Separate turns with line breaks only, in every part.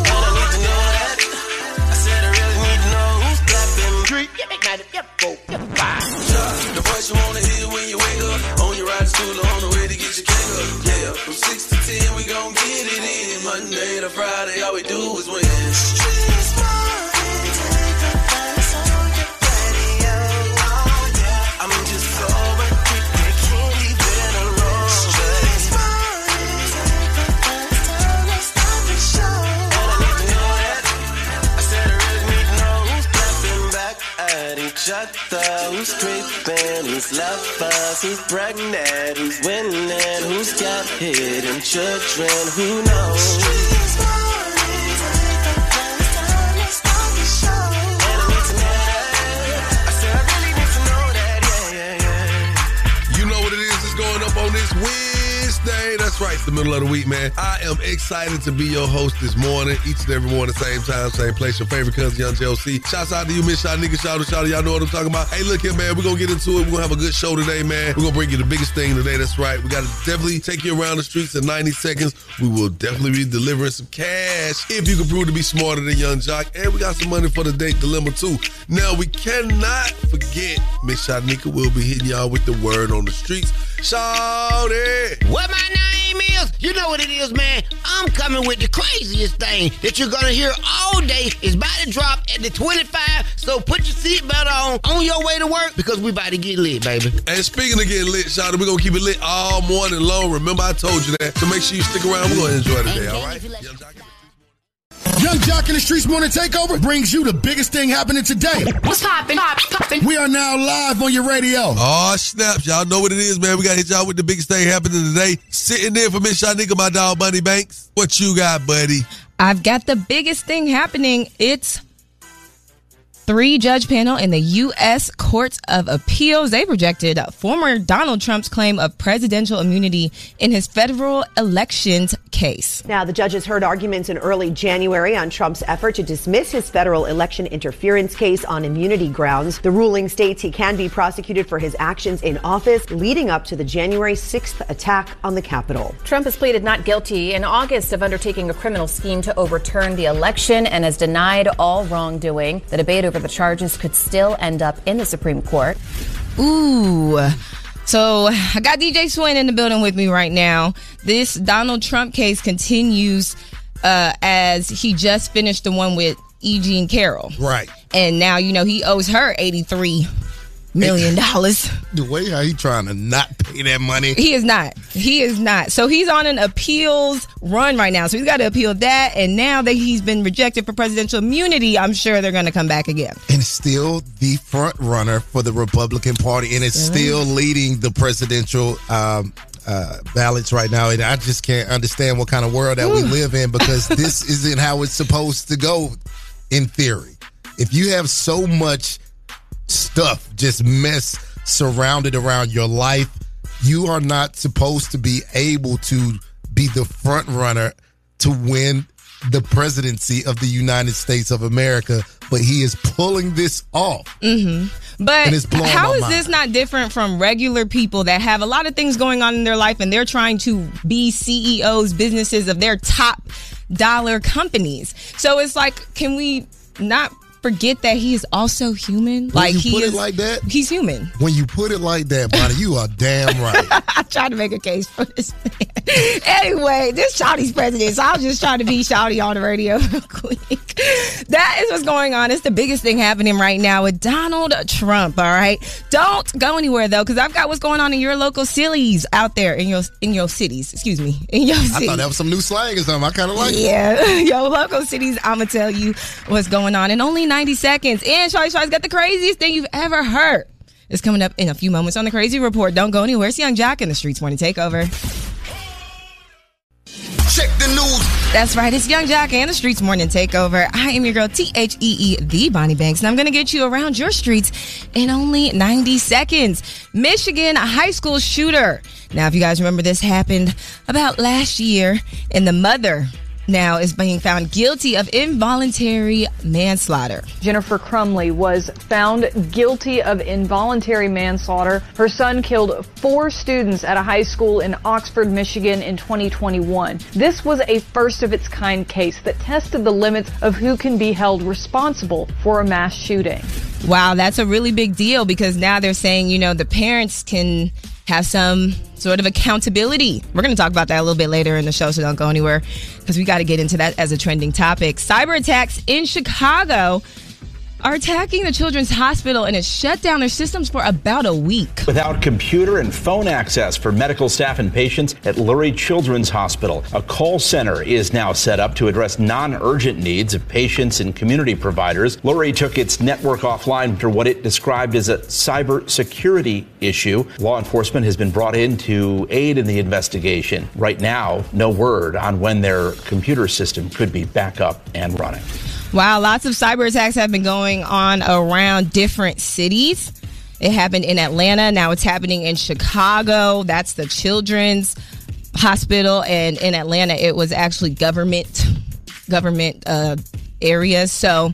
And I need to know that. I said I really need to know who's blapping. Drink, get me mad, get broke, get five. The voice you wanna hear when you wake up, on your ride to school or on the way to get your cake up. Yeah, from six to ten, we gon' get it in. Monday to Friday, all we do is win. Streets morning, take a bus on your radio. Oh, yeah. I'm just so addicted, can't leave it alone. Streets morning, take a bus down, let's start the show. And I need to know that. I said I really need to know who's clapping back at each other, who's creeping, who's lovers, who's pregnant, who's winning, who's got hidden children, who knows? And I need to know that. I said I really need to know that, yeah, yeah, yeah.
You know what it is. It's going up on this Wednesday. That's right. It's the middle of the week, man. I am excited to be your host this morning. Each and every morning, same time, same place. Your favorite cousin, Young JLC. Shouts out to you, Miss Shot Nigga. Shout out, shout out. Y'all know what I'm talking about. Hey, look here, man. We're going to get into it. We're going to have a good show today, man. We're going to bring you the biggest thing today. That's right. We got to definitely take you around the streets in 90 seconds. We will definitely be delivering some cash if you can prove to be smarter than Young Jock. And we got some money for the date dilemma, too. Now, we cannot forget Miss Shanika will be hitting y'all with the word on the streets. Shout it.
What my name is? You know what it is, man. I'm coming with the craziest thing that you're gonna hear all day. It's about to drop at the 25, so put your seatbelt on on your way to work because we about to get lit, baby.
And speaking of getting lit, shout out, we're going to keep it lit all morning long. Remember, I told you that. So make sure you stick around. We're going to enjoy today, all right? Young Jock in the-
Young Jock in the Streets Morning Takeover brings you the biggest thing happening today.
What's poppin'? Poppin', poppin'.
We are now live on your radio.
Oh, snaps. Y'all know what it is, man. We got to hit y'all with the biggest thing happening today. Sitting there for Miss Shanika, my dog, Bunny Banks. What you got, buddy?
I've got the biggest thing happening. It's three judge panel in the U.S. Courts of Appeals. They rejected former Donald Trump's claim of presidential immunity in his federal elections case.
Now, the judges heard arguments in early January on Trump's effort to dismiss his federal election interference case on immunity grounds. The ruling states he can be prosecuted for his actions in office leading up to the January 6th attack on the Capitol.
Trump has pleaded not guilty in August of undertaking a criminal scheme to overturn the election and has denied all wrongdoing. The debate over the charges could still end up in the Supreme Court.
Ooh. So I got DJ Swin in the building with me right now. This Donald Trump case continues uh, as he just finished the one with E. Jean Carroll.
Right.
And now, you know, he owes her $83 million.
The way how he trying to not pay that money.
He is not. He is not. So he's on an appeals run right now. So he's got to appeal that. And now that he's been rejected for presidential immunity, I'm sure they're going to come back again.
And still the front runner for the Republican Party, and it's still leading the presidential um, uh, ballots right now. And I just can't understand what kind of world that we live in because this isn't how it's supposed to go, in theory. If you have so much stuff, just mess surrounded around your life. You are not supposed to be able to be the front runner to win the presidency of the United States of America, but he is pulling this off.
Mm-hmm. But
And it's blowing
how
my
is
mind.
this not different from regular people that have a lot of things going on in their life and they're trying to be E CEOs, businesses of their top dollar companies? So it's like, can we not forget that he is also human. like
you
he
put it
is-
like that-
he's human.
When you put it like that, Bonnie, you are damn right.
I tried to make a case for this man. anyway, this Shawty's president, so I was just trying to be Shawty on the radio real quick. That is what's going on. It's the biggest thing happening right now with Donald Trump, all right? Don't go anywhere, though, because I've got what's going on in your local cities out there, in your in your cities, excuse me, in your
I
cities.
thought that was some new slang or something. I kind of like it.
Yeah, yo, local cities, I'ma tell you what's going on in only 90 seconds. And Charlie Charlie's got the craziest thing you've ever heard. It's coming up in a few moments on the Crazy Report. Don't go anywhere. It's Young Jock in the Streets Morning Takeover.
Check the news.
That's right. It's Young Jock and the Streets Morning Takeover. I am your girl, T H E E, the Bonnie Banks, and I'm going to get you around your streets in only 90 seconds. Michigan high school shooter. Now, if you guys remember, this happened about last year, and the mother now is being found guilty of involuntary manslaughter.
Jennifer Crumley was found guilty of involuntary manslaughter. Her son killed four students at a high school in Oxford, Michigan in 2021. This was a first of its kind case that tested the limits of who can be held responsible for a mass shooting.
Wow, that's a really big deal because now they're saying, you know, the parents can have some sort of accountability. We're going to talk about that a little bit later in the show, so don't go anywhere because we got to get into that as a trending topic. Cyber attacks in Chicago are attacking the Children's Hospital and it shut down their systems for about a week.
Without computer and phone access for medical staff and patients at Lurie Children's Hospital, a call center is now set up to address non urgent needs of patients and community providers. Lurie took its network offline after what it described as a cybersecurity issue. Law enforcement has been brought in to aid in the investigation. Right now, no word on when their computer system could be back up and running.
Wow, lots of cyber attacks have been going on around different cities. It happened in Atlanta, now it's happening in Chicago. That's the children's hospital and in Atlanta it was actually government government uh areas. So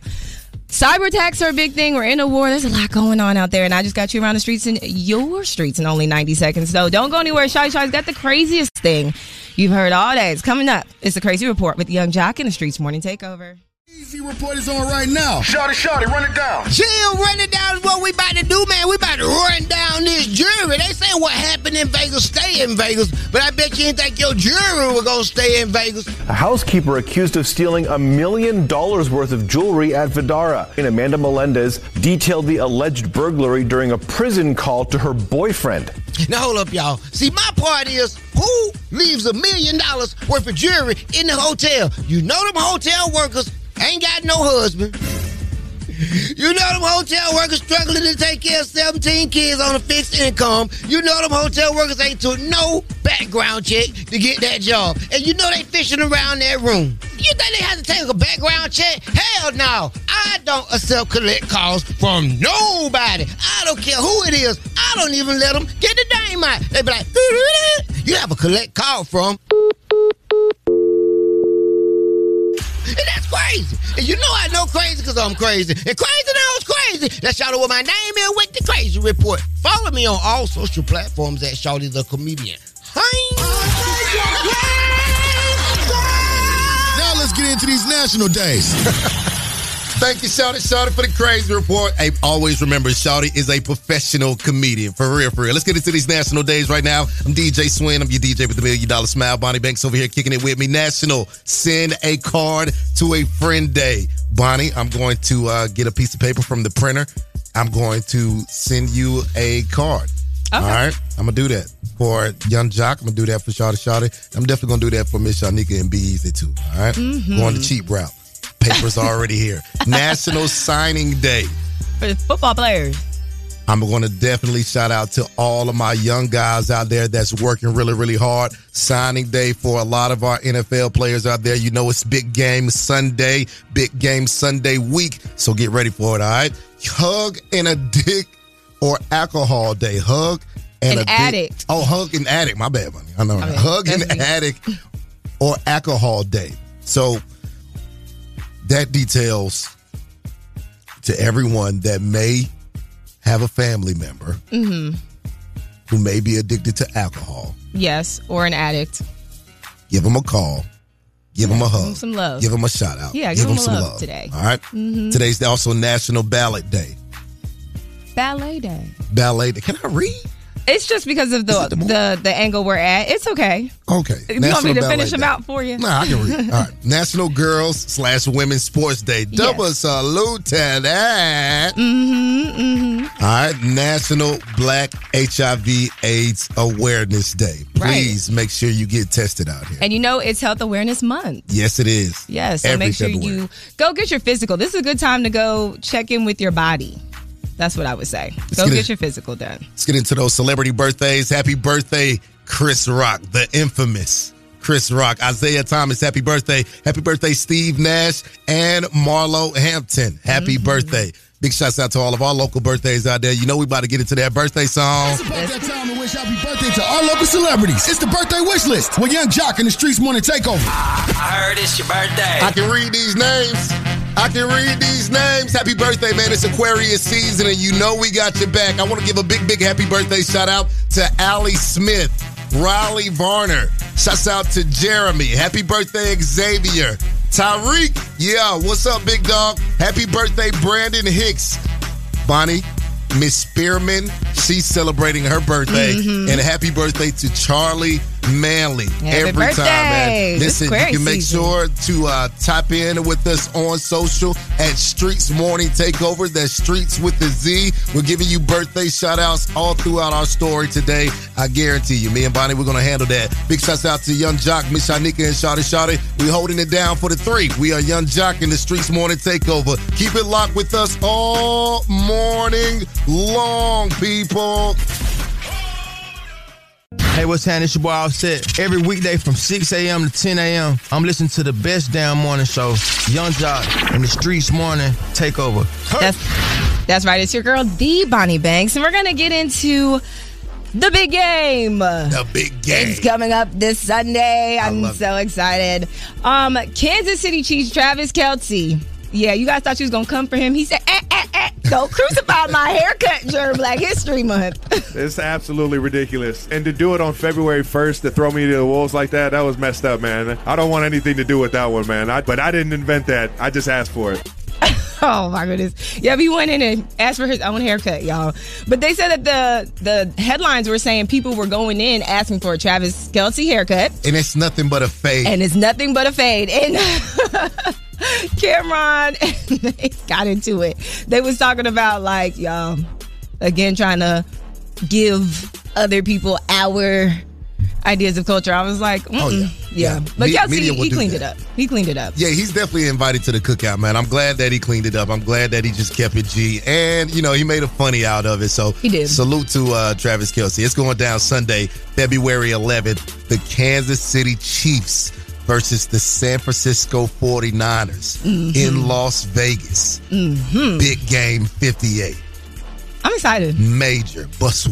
cyber attacks are a big thing. We're in a war. There's a lot going on out there and I just got you around the streets in your streets in only 90 seconds. So don't go anywhere. Shy Shy's got the craziest thing you've heard all day. It's coming up. It's the Crazy Report with Young Jock in the Streets Morning Takeover.
Easy report is on right now.
Shorty, shorty, run it down.
Chill, run it down is what we about to do, man. We about to run down this jury. They say what happened in Vegas stay in Vegas, but I bet you didn't think your jury was gonna stay in Vegas.
A housekeeper accused of stealing a million dollars worth of jewelry at Vidara. And Amanda Melendez detailed the alleged burglary during a prison call to her boyfriend.
Now hold up, y'all. See, my part is who leaves a million dollars worth of jewelry in the hotel? You know them hotel workers ain't got no husband. You know them hotel workers struggling to take care of 17 kids on a fixed income. You know them hotel workers ain't took no background check to get that job. And you know they fishing around that room. You think they have to take a background check? Hell no. I don't accept collect calls from nobody. I don't care who it is. I don't even let them get the name out. They be like, you have a collect call from. And that's crazy. And you know I know crazy because I'm crazy. And crazy knows crazy. That's Shawty what my name is with the crazy report. Follow me on all social platforms at Shawty the Comedian. Hey.
Now let's get into these national days. Thank you, Shouty Shouty, for the crazy report. Hey, always remember, Shouty is a professional comedian. For real, for real. Let's get into these national days right now. I'm DJ Swin. I'm your DJ with the Million Dollar Smile. Bonnie Banks over here kicking it with me. National Send a Card to a Friend Day. Bonnie, I'm going to uh, get a piece of paper from the printer. I'm going to send you a card. All right, I'm gonna do that for Young Jock. I'm gonna do that for Shawty Shawty. I'm definitely gonna do that for Miss Shanika and Be Easy too. All right? going the cheap route. Paper's already here. National Signing Day.
for the football players.
I'm going to definitely shout out to all of my young guys out there that's working really, really hard. Signing day for a lot of our NFL players out there. You know, it's big game Sunday, big game Sunday week. So get ready for it, all right? Hug and a dick or alcohol day. Hug and
An
a dick.
addict.
Oh, hug and addict. My bad, money. I know.
mean,
hug and
that's me.
addict or alcohol day. So that details to everyone that may have a family member
Mm-hmm.
who may be addicted to alcohol,
Yes, or an addict.
give them a call. Give him a hug.
Give him some love.
Give him a shout out.
Yeah, give
give
him
him
a
some
love
love
today.
All right?
Mhm.
Today's also National Ballot Day.
Ballet day.
Ballet Day. Can I read?
It's just because of the the, the angle we're at. It's okay.
Okay.
You want me
National
to
Ballet
finish them
Day.
out for you?
Nah, I can read. All right. National Girls slash Women's Sports Day. Double salute to that.
Mm-hmm. Mm-hmm.
All right, National Black HIV AIDS Awareness Day.
Right.
Please make sure you get tested out here.
And you know it's Health Awareness Month.
Yes, it is.
Yes. so
Every
make sure
February.
you go get your physical. This is a good time to go check in with your body. That's what I would say. go
get
get,
it.
your physical done.
Let's get into those celebrity birthdays. Happy birthday, Chris Rock, the infamous Chris Rock. Isaiah Thomas, happy birthday. Happy birthday, Steve Nash and Marlo Hampton. Happy birthday. Big shouts out to all of our local birthdays out there. You know we about to get into that birthday song.
It's about that time to wish happy birthday to all local celebrities. It's the birthday wish list with Young Jock and the Streets Morning Takeover.
I heard it's your birthday.
I can read these names. I can read these names. Happy birthday, man. It's Aquarius season, and you know we got your back. I want to give a big, big happy birthday shout out to Allie Smith, Riley Varner. Shouts out to Jeremy. Happy birthday, Xavier. Tyreek, yeah, what's up, big dog? Happy birthday, Brandon Hicks. Bonnie, Miss Spearman, she's celebrating her birthday.
Mhm.
And happy birthday to Charlie Manley.
Happy
Every time,
birthday.
man.
It's
Listen, you
Aquarius
can make
season.
sure sure to uh, type in with us on social at Streets Morning Takeover. That's Streets with the Z. We're giving you birthday shout outs all throughout our story today. I guarantee you, me and Bonnie, we're going to handle that. Big shouts out to Young Jock, Miss Shanika, and Shotty Shotty. We're holding it down for the three. We are Young Jock in the Streets Morning Takeover. Keep it locked with us all morning long, people.
Hey, what's happening? It's your boy Offset. Every weekday from 6 a.m. to 10 a.m., I'm listening to the best damn morning show, Young Jock and the Streets Morning Takeover.
That's, that's right. It's your girl, the Bonnie Banks, and we're gonna get into the big game. The
big game.
It's coming up this Sunday. I'm
love
so excited. Um, Kansas City Chiefs Travis Kelsey. Yeah, you guys thought you was gonna come for him. He said, eh, eh, eh, "Go crucify my haircut during Black History Month."
It's absolutely ridiculous. And to do it on February 1st to throw me to the wolves like that, that was messed up, man. I don't want anything to do with that one, man. I, but I didn't invent that. I just asked for it.
Oh my goodness! Yeah, he went in and asked for his own haircut, y'all. But they said that the the headlines were saying people were going in asking for a Travis Kelsey haircut.
And it's nothing but a fade.
and it's nothing but a fade. And Cameron, they got into it. They was talking about like y'all again trying to give other people our ideas of culture. I was like,
Oh,
mm-mm.
yeah.
yeah.
Yeah.
But
Me-
y'all see,
media will
he
do
cleaned
that.
it up. He cleaned it up.
Yeah, he's definitely invited to the cookout, man. I'm glad that he cleaned it up. I'm glad that he just kept it G. And, you know, he made a funny out of it. So
He did.
salute to uh, Travis Kelsey. It's going down Sunday, February 11th. The Kansas City Chiefs versus the San Francisco 49ers
Mhm.
in Las Vegas.
Mm-hmm.
Big game 58.
I'm excited.
Major. But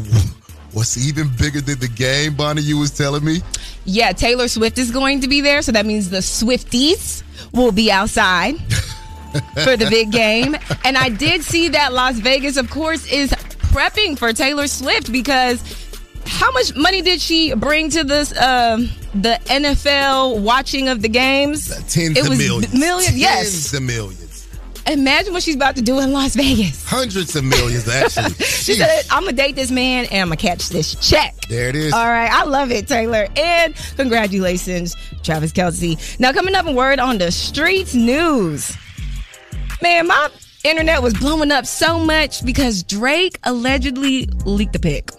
what's even bigger than the game, Bonnie, you was telling me?
Yeah, Taylor Swift is going to be there, so that means the Swifties will be outside for the big game. And I did see that Las Vegas, of course, is prepping for Taylor Swift because how much money did she bring to this um the NFL watching of the games?
Uh, Tens
it
of
was
millions.
millions, yes.
Tens of millions.
Imagine what she's about to do in Las Vegas.
Hundreds of millions, actually.
She said, I'm going to date this man and I'm going to catch this check.
There it is.
All right. I love it, Taylor. And congratulations, Travis Kelsey. Now, coming up in Word on the Streets news. Man, my internet was blowing up so much because Drake allegedly leaked the pic.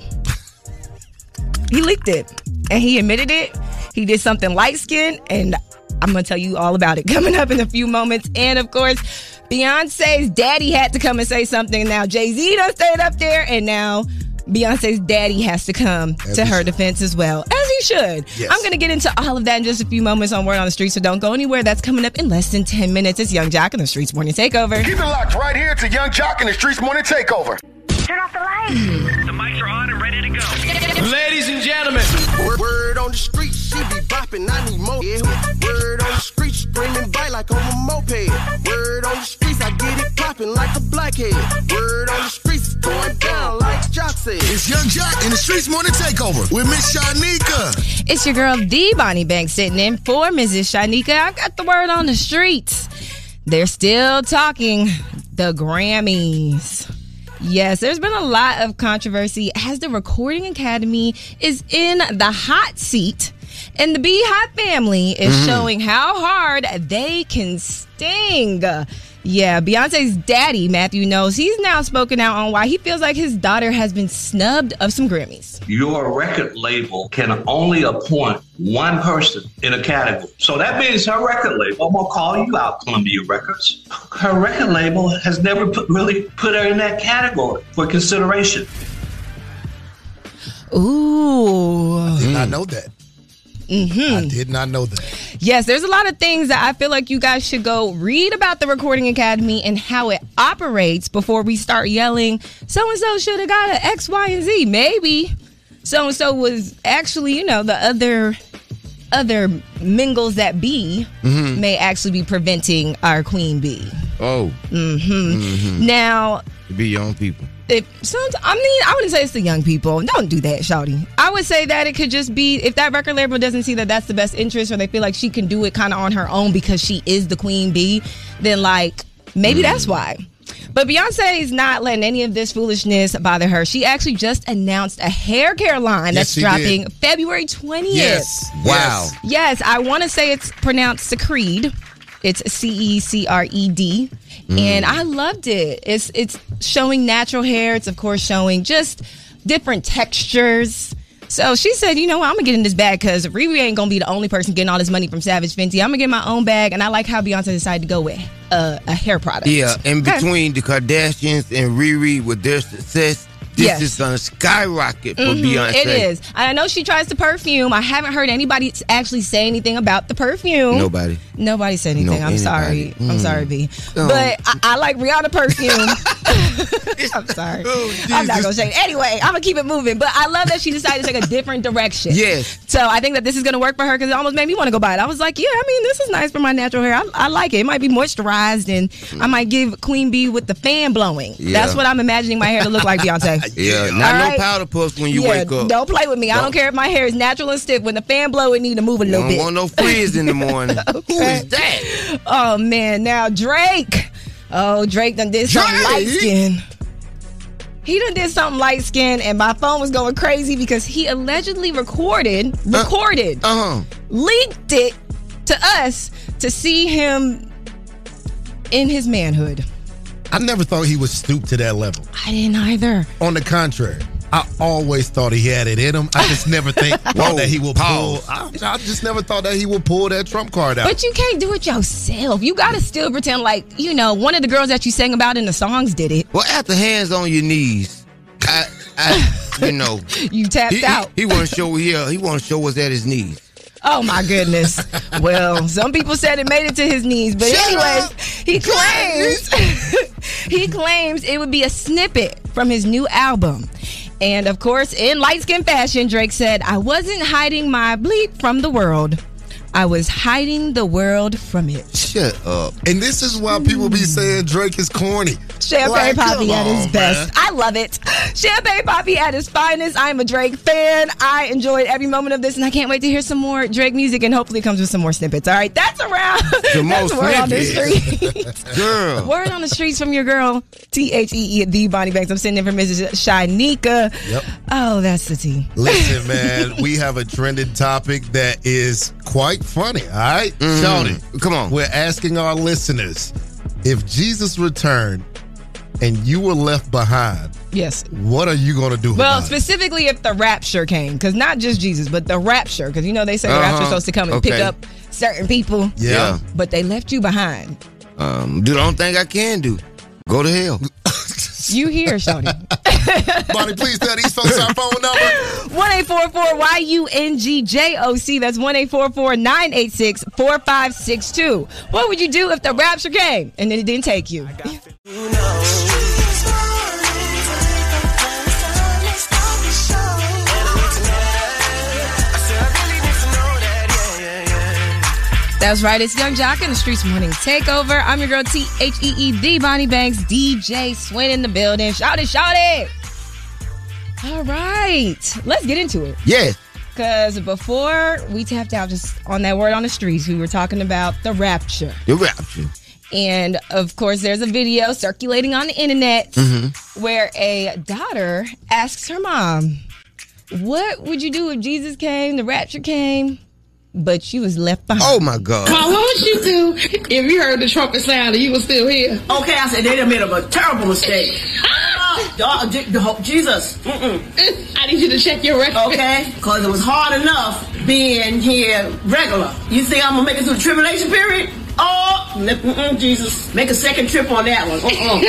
he leaked it and he admitted it. He did something light skinned, and I'm going to tell you all about it coming up in a few moments. And of course, Beyonce's daddy had to come and say something. Now, Jay Z done stayed up there, and now Beyonce's daddy has to come
As
to
he
her defense as well, as he should.
Yes.
I'm going to get into all of that in just a few moments on Word on the Street, so don't go anywhere. That's coming up in less than 10 minutes. It's Young Jock and the Streets Morning Takeover.
Keep it locked right here to Young Jock and the Streets Morning Takeover. Turn off the lights. The mics are on and ready to go.
Ladies and gentlemen,
Word, word on the street, she be bopping, I need more. Yeah, word on the street, screaming bite like on a moped. Word on the streets, I get it popping like a blackhead. Word on the streets, it's going down like jock said.
said. It's Young Jock in the Streets Morning Takeover with Miss Shanika.
It's your girl, D. Bonnie Banks, sitting in for Mrs. Shanika. I got the word on the streets. They're still talking the Grammys. Yes, there's been a lot of controversy as the Recording Academy is in the hot seat, and the Beehive family is
Mhm.
showing how hard they can sting. Yeah, Beyonce's daddy, Matthew Knows, he's now spoken out on why he feels like his daughter has been snubbed of some Grammys.
your record label can only appoint one person in a category. So that means her record label, I'm gonna call you out, Columbia Records. Her record label has never put, really put her in that category for consideration.
Ooh.
Did not know that.
Mm-hmm.
I did not know that.
Yes, there's a lot of things that I feel like you guys should go read about the Recording Academy and how it operates before we start yelling, so and so should have got an X, Y, and Z. Maybe so and so was actually, you know, the other other mingles that be
Mhm.
may actually be preventing our queen bee.
Oh.
Mm-hmm.
Mhm.
Now,
Be your own people.
if some, I mean, I wouldn't say it's the young people. Don't do that, Shawty. I would say that it could just be if that record label doesn't see that that's the best interest, or they feel like she can do it kind of on her own because she is the queen bee. Then like maybe that's
Mm.
why. But Beyonce is not letting any of this foolishness bother her. She actually just announced a hair care line
Yes,
that's
she
dropping February 20th.
Wow.
Yes, I want to say it's pronounced Secreed. It's C E C R E D,
Mm.
and I loved it. It's it's showing natural hair. It's of course showing just different textures. So she said, you know what, I'm gonna get in this bag because Riri ain't gonna be the only person getting all this money from Savage Fenty. I'm gonna get my own bag, and I like how Beyonce decided to go with uh, a hair product.
Yeah, in
Okay.
between the Kardashians and Riri with their success, this
Yes.
is gonna skyrocket for
Mhm,
Beyonce.
It is. I know she tries the perfume. I haven't heard anybody actually say anything about the perfume.
Nobody.
Nobody said anything. I'm sorry.
anybody.
Mm-hmm. I'm
Mm.
sorry, B.
Oh.
But I, I like Rihanna perfume. I'm sorry.
Oh,
I'm not gonna say. Anyway, I'm gonna keep it moving. But I love that she decided to take a different direction.
Yes.
So I think that this is gonna work for her because it almost made me want to go buy it. I was like, yeah, I mean, this is nice for my natural hair. I, I like it. It might be moisturized, and I might give Queen Bee with the fan blowing.
Yeah.
That's what I'm imagining my hair to look like, Beyonce.
Yeah,
All
not no
right.
powder puffs when you
Yeah,
wake up.
Don't play with me. I don't
Don't.
care if my hair is natural and stiff. When the fan blow, it need to move a little
don't
bit.
want no frizz in the morning. Who is that?
Oh man, now Drake. Oh, Drake done did something
Drake?
light skin. He done did something light skin, and my phone was going crazy because he allegedly recorded, recorded,
Uh, uh-huh.
leaked it to us to see him in his manhood.
I never thought he would stoop to that level.
I didn't either.
On the contrary, I always thought he had it in him. I just never think
Whoa,
that he will
pause.
pull. I, I just never thought that he would pull that trump card out.
But you can't do it yourself. You gotta still pretend like you know one of the girls that you sang about in the songs did it.
Well, after hands on your knees, I, I you know,
You tapped
he,
out.
He, he want to show yeah, he want to show us at his knees.
Oh my goodness. well, some people said it made it to his knees, but
Shut
anyways, he claims he claims it would be a snippet from his new album. And of course, in light skin fashion, Drake said, I wasn't hiding my bleep from the world. I was hiding the world from it.
Shut up.
And this is why people be saying Drake is corny.
Champagne
Like,
Poppy
come
at his
on,
best.
man.
I love it. Champagne Poppy at his finest. I'm a Drake fan. I enjoyed every moment of this, and I can't wait to hear some more Drake music, and hopefully it comes with some more snippets. All right, that's around.
Some more
that's word on the
snippets.
streets.
Girl.
Word on the streets from your girl, T H E E, the Bonnie Banks. I'm sitting in for Mrs. Shanika.
Yep.
Oh, that's the T.
Listen, man, we have a trending topic that is quite funny. All right,
Mm-hmm.
Mhm.
Shawty,
come on.
We're asking our listeners if Jesus returned and you were left behind.
Yes.
What are you gonna do?
Well,
about it?
specifically if the rapture came, because not just Jesus, but the rapture, because you know they say the
Uh-huh.
rapture's supposed to come and pick
Okay.
up certain people.
Yeah.
But they left you behind.
Um, do the only thing I can do. Go to hell.
You here, Shawty.
Bonnie, please tell these folks our phone number.
1-844-YUNGJOC. That's 1-844-986-4562. What would you do if the rapture came and then it didn't take you? That's right. It's Young Jock in the Streets Morning Takeover. I'm your girl, E T-H-E-E, the Bonnie Banks, DJ Swin in the building. Shout it, shout it. All right, let's get into it.
Yes.
Because before we tapped out just on that word on the streets, we were talking about the rapture.
The rapture.
And of course, there's a video circulating on the internet
Mm-hmm.
Mhm.
where a daughter asks her mom, What would you do if Jesus came, the rapture came, but she was left behind? Oh
my God.
Mom, what would you do if you heard the trumpet sound and you were still here? Okay, I said they done made a terrible mistake.
Dog- Uh, Je- Je- Jesus. Mm-mm.
I need you to check your record.
Okay? Because it was hard enough being here regular. You think I'm going to make it through the tribulation period? Oh, n- mm-mm, Jesus. Make a second trip on that one. Uh-uh.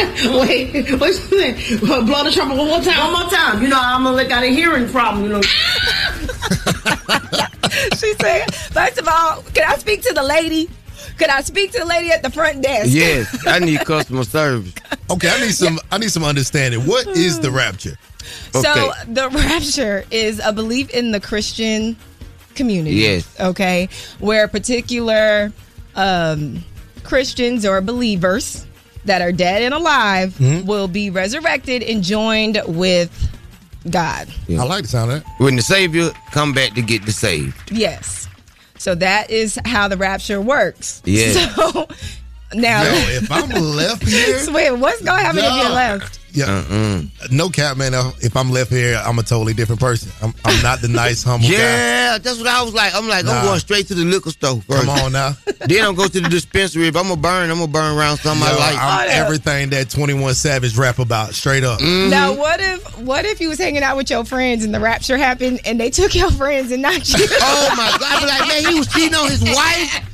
Wait, what you saying? Blow the trumpet one more time.
One more time. You know, I'm going to got a hearing problem, you know.
she said, First of all, can I speak to the lady? Could I speak to the lady at the front desk?
Yes. I need customer service.
Okay, I need some. I need some understanding. What is the rapture?
So the rapture is a belief in the Christian community.
Yes.
Okay. Where particular um, Christians or believers that are dead and alive
Mm-hmm.
Mhm.
will be resurrected and joined with God.
I
like the sound of that.
When the Savior come back to get the saved.
Yes. So that is how the rapture works.
Yes.
So now,
Yo, if I'm left here,
So wait, what's going to happen if
Nah.
you're left?
Yeah.
Uh-uh.
No cap, man. If I'm left here, I'm a totally different person. I'm, I'm not the nice, humble guy.
Yeah, that's what I was like. I'm like,
Nah.
I'm going straight to the liquor store. First.
Come on now.
then I'm go to the dispensary. If I'm gonna burn, I'm gonna burn around something I
Yo,
like.
I'm everything that 21 Savage rap about, straight up.
Mm-hmm.
Mm-hmm. Now, what if what if you was hanging out with your friends and the rapture happened and they took your friends and not you?
Oh my God! I be like, man, he was cheating on his wife.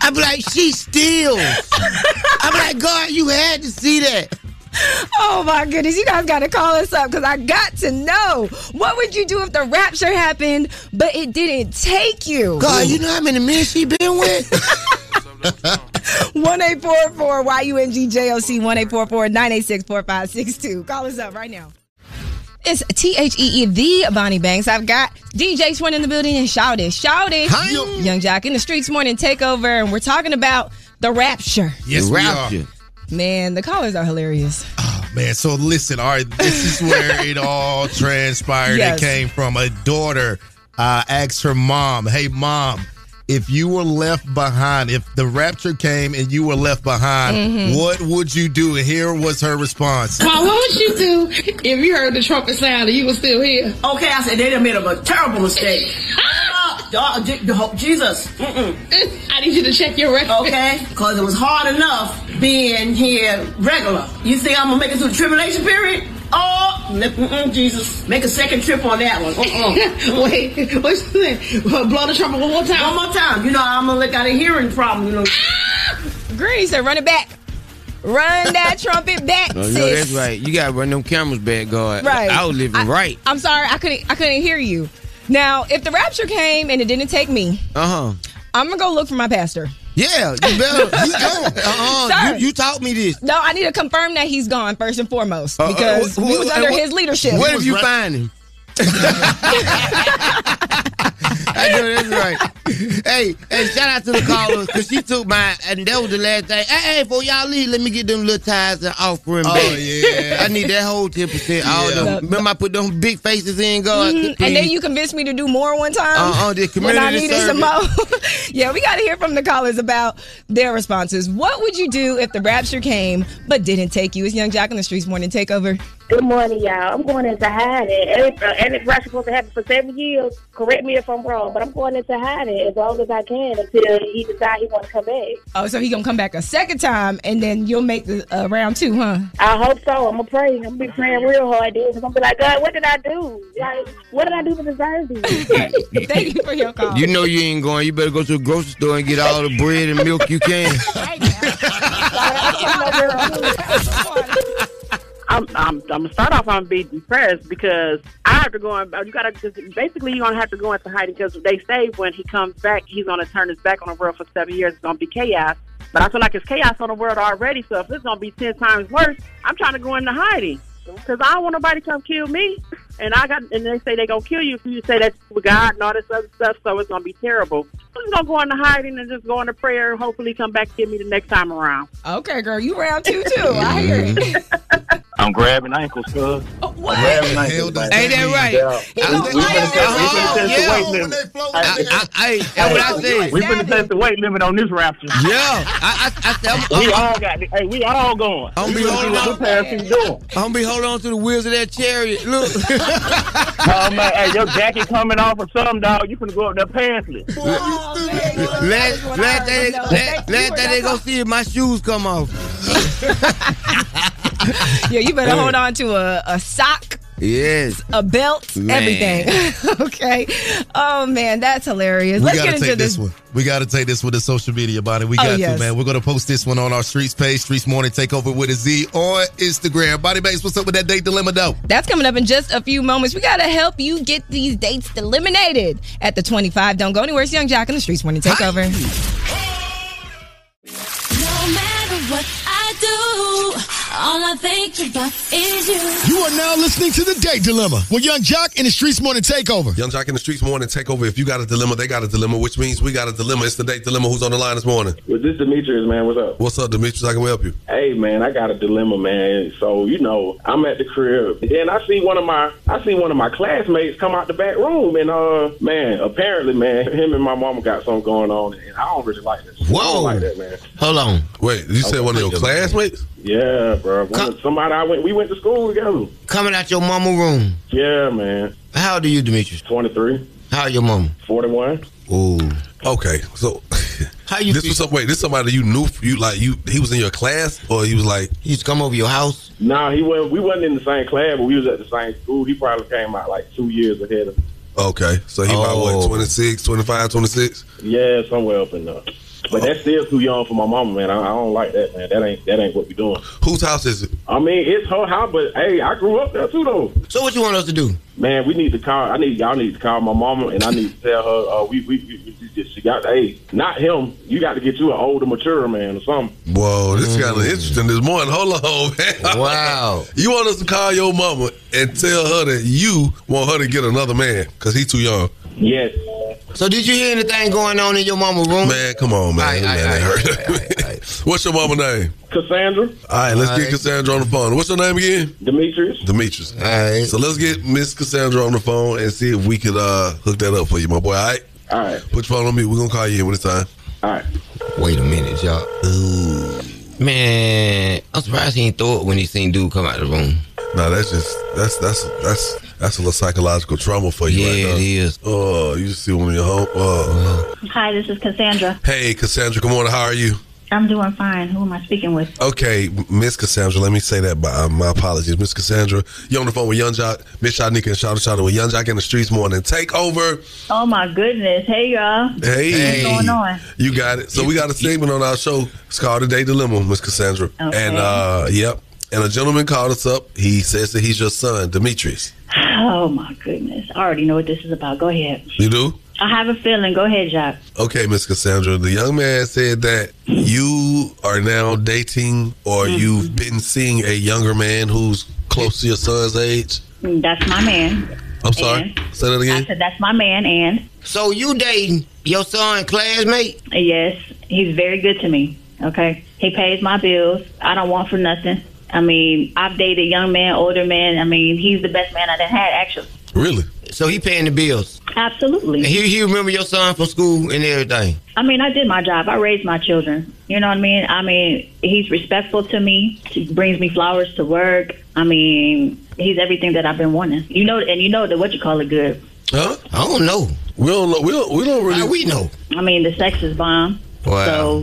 I be like, she steals. I be like, God, you had to see that.
Oh my goodness, you guys got to call us up because I got to know what would you do if the rapture happened but it didn't take you?
God, you know how many men she been with?
One eight four four Y U N G J O C one eight four four nine eight six four five six two. Call us up right now. It's T H E E the Bonnie Banks. I've got DJ Swin in the building and shout it, shout it, Young Jock in the streets morning takeover, and we're talking about the rapture.
Yes, we are.
Man, the callers are hilarious.
Man, so listen, all right, this is where it all transpired.
Yes.
It came from a daughter uh, asked her mom, Hey, mom, if you were left behind, if the rapture came and you were left behind,
Mhm.
Mm-hmm.
what would you do? And here was her response.
Mom, what would you do if you heard the trumpet sound and you were still here?
Okay, I said they done made a terrible mistake. Dog- Je- Je- Jesus. Mm-mm.
I need you to check your record.
Okay? Because it was hard enough being here regular. You think I'm going to make it through the tribulation period? Oh, n- mm-mm, Jesus. Make a second trip on that one. Uh-uh.
Wait, what you saying? Blow the trumpet one more time.
One more time. You know, I'm going to got a hearing problem, you know.
Green said, run it back. Run that trumpet back,
Oh,
sis.
no, that's right. You gotta run them cameras back, God.
Right.
I was living right.
I'm sorry, I couldn't I couldn't hear you. Now, if the rapture came and it didn't take me,
Uh huh.
I'm gonna go look for my pastor.
Yeah, you better. You gone. Uh uh.
Sir.
You, you taught me this.
No, I need to confirm that he's gone first and foremost
Uh, uh,
because
wh-
we
wh-
was under
wh-
his leadership.
What if you find him? I know that's right. Hey, hey, shout out to the caller because she took mine, and that was the last thing. Hey, hey, for y'all leave, let me get them little tithes and offering
Oh,
back.
yeah.
I need that whole ten percent. All
Yeah.
them. Remember, I put them big faces in, God.
Mhm, And then you convinced me to do more one time.
Uh-uh, the
when I
community
needed some
service.
more. yeah, we got to hear from the callers about their responses. What would you do if the rapture came but didn't take you? It's Young Jock on the Streets Morning Takeover.
Good morning, y'all. I'm going into hiding. And, uh, and it's supposed to happen for seven years. Correct me if I'm wrong, but I'm going into hiding as long as I can until he decides he want to come back.
Oh, so he gonna come back a second time, and then you'll make the uh, round two, huh?
I hope so. I'm gonna pray. I'm gonna be praying real hard. Then 'cause I'm gonna be like, God, what did I do? Like, what did I do to deserve this?
Thank you for your call.
You know you ain't going. You better go to the grocery store and get all the bread and milk you can.
I'm, I'm, I'm gonna start off on being depressed because I have to go on. You gotta just basically you're gonna have to go into hiding because they say when he comes back, he's gonna turn his back on the world for seven years. It's gonna be chaos. But I feel like it's chaos on the world already. So if it's gonna be ten times worse, I'm trying to go into hiding because I don't want nobody to come kill me. And I got and they say they gonna kill you if you say that with God and all this other stuff. So it's gonna be terrible. I'm just gonna go into hiding and just go into prayer and hopefully come back and get me the next time around.
Okay, girl, you round two too. I hear it.
I'm grabbing ankles,
Oh,
cuz. What? Grabbing ankles. man.
Ain't that right?
We- We finna test- we finna test the weight
Oh,
limit.
Hey, that's what I said.
We finna test the weight limit on this rapture.
Yeah, I, I, I said, I'm-
we
I'm-
all got. Hey, we all going.
Oh.
I'm
We
be
gonna see
holding
what
on.
this pass is doing.
I'm be holding on to the wheels of that chariot. Look,
Oh man, hey, your jacket coming off or something, dog. You finna go up there pantsless.
Oh,
last last day, last, last day they gonna see if my shoes come off.
yeah, you better hold on to a, a sock,
Yes.
a belt,
Man.
everything. okay. Oh man, that's hilarious.
We
Let's
gotta
get into
take
this.
this one. We gotta take this with the social media body. We
Oh,
got
yes.
to, man. We're gonna post this one on our streets page, Streets Morning Takeover with a Z on Instagram. Body base, what's up with that date dilemma though?
That's coming up in just a few moments. We gotta help you get these dates eliminated at the 25. Don't go anywhere. It's Young Jock in the Streets Morning Takeover.
No matter what I do, all I think about is you.
You are now listening to The Date Dilemma with Young Jock and the Streets Morning Takeover.
Young Jock in the Streets Morning Takeover. If you got a dilemma, they got a dilemma, which means we got a dilemma. It's the date dilemma. Who's on the line this morning?
Well, this Demetrius, man. What's up?
What's up, Demetrius? I can help you.
Hey man, I got a dilemma, man. So you know, I'm at the crib, and then I see one of my, I see one of my classmates come out the back room, and uh, man, apparently, man, him and my mama got something going on, and I don't really like this. I
Whoa.
don't like that, man.
Hold on.
Wait, you said one of your classmates?
Yeah, bro. One of- somebody I went, we went to school together.
Coming out your mama room.
Yeah, man.
How old are you, Demetrius?
23.
How old your mama?
41.
Ooh.
Okay, so how you? This was some, wait. This somebody you knew. You like you? He was in your class, or he was like
he used to come over your house.
Nah, he wasn't. We wasn't in the same class, but we was at the same school. He probably came out like two years ahead of.
Okay, so he about what 26, 25, 26?
Yeah, somewhere up in there. But that's still too young for my mama, man. I, I don't like that, man. That ain't that ain't what we doing.
Whose house is it?
I mean, it's her house, but hey, I grew up there too, though.
So what you want us to do?
Man, we need to call. I need y'all need to call my mama, and I need to tell her uh, we we, we, we she just, she got hey, not him. You got to get you an older, mature man or something.
Whoa, this kind of interesting this morning. Hold on, man.
Mm. Wow.
you want us to call your mama and tell her that you want her to get another man because he too young?
Yes.
So did you hear anything going on in your mama room?
Man, come on, man.
Aight,
Man,
aight,
that
aight,
hurt. What's your mama name?
Cassandra.
All right, let's get
Aight.
Cassandra on the phone. What's her name again?
Demetrius.
Demetrius. All right. So let's get Miss Cassandra on the phone and see if we could uh, hook that up for you, my boy. All right.
All right.
Put your phone on me. We're gonna call you in when it's time.
All right.
Wait a minute, y'all. Ooh. Man, I'm surprised he didn't throw it when he seen dude come out the room.
No, that's just that's that's that's that's a little psychological trauma for you. Yeah, it is. Oh, you just see one of your home. Oh.
Hi, this is Cassandra.
Hey, Cassandra. Good morning. How are you?
I'm doing fine. Who am I speaking with?
Okay, Miss Cassandra, let me say that. By, uh, my apologies, Miss Cassandra. You're on the phone with Young Jock, Miss Shanika, and Shawna Shawna with Young Jock in the streets morning. Take over.
Oh my goodness. Hey y'all.
Hey,
What's going on?
You got it. So we got a segment on our show. It's called "The Day Dilemma," Miss Cassandra.
Okay.
And uh, yep. And a gentleman called us up. He says that he's your son, Demetrius.
Oh my goodness. I already know what this is about. Go ahead.
You do?
I have a feeling. Go ahead, Jock.
Okay, Miss Cassandra. The young man said that you are now dating, or you've been seeing a younger man who's close to your son's age.
Mm, That's my man.
I'm sorry. Say that
I
again.
said that's my man and
So you dating your son classmate?
Yes. He's very good to me. Okay. He pays my bills. I don't want for nothing. I mean, I've dated young man, older man. I mean, he's the best man I done had actually.
Really?
So he paying the bills.
Absolutely.
He he remember your son from school and everything.
I mean, I did my job. I raised my children. You know what I mean? I mean, he's respectful to me. He brings me flowers to work. I mean, he's everything that I've been wanting. You know, and you know that what you call it good.
Huh? I don't know.
We don't know. We don't. We don't really.
Uh, we know.
I mean, the sex is bomb.
Wow.
So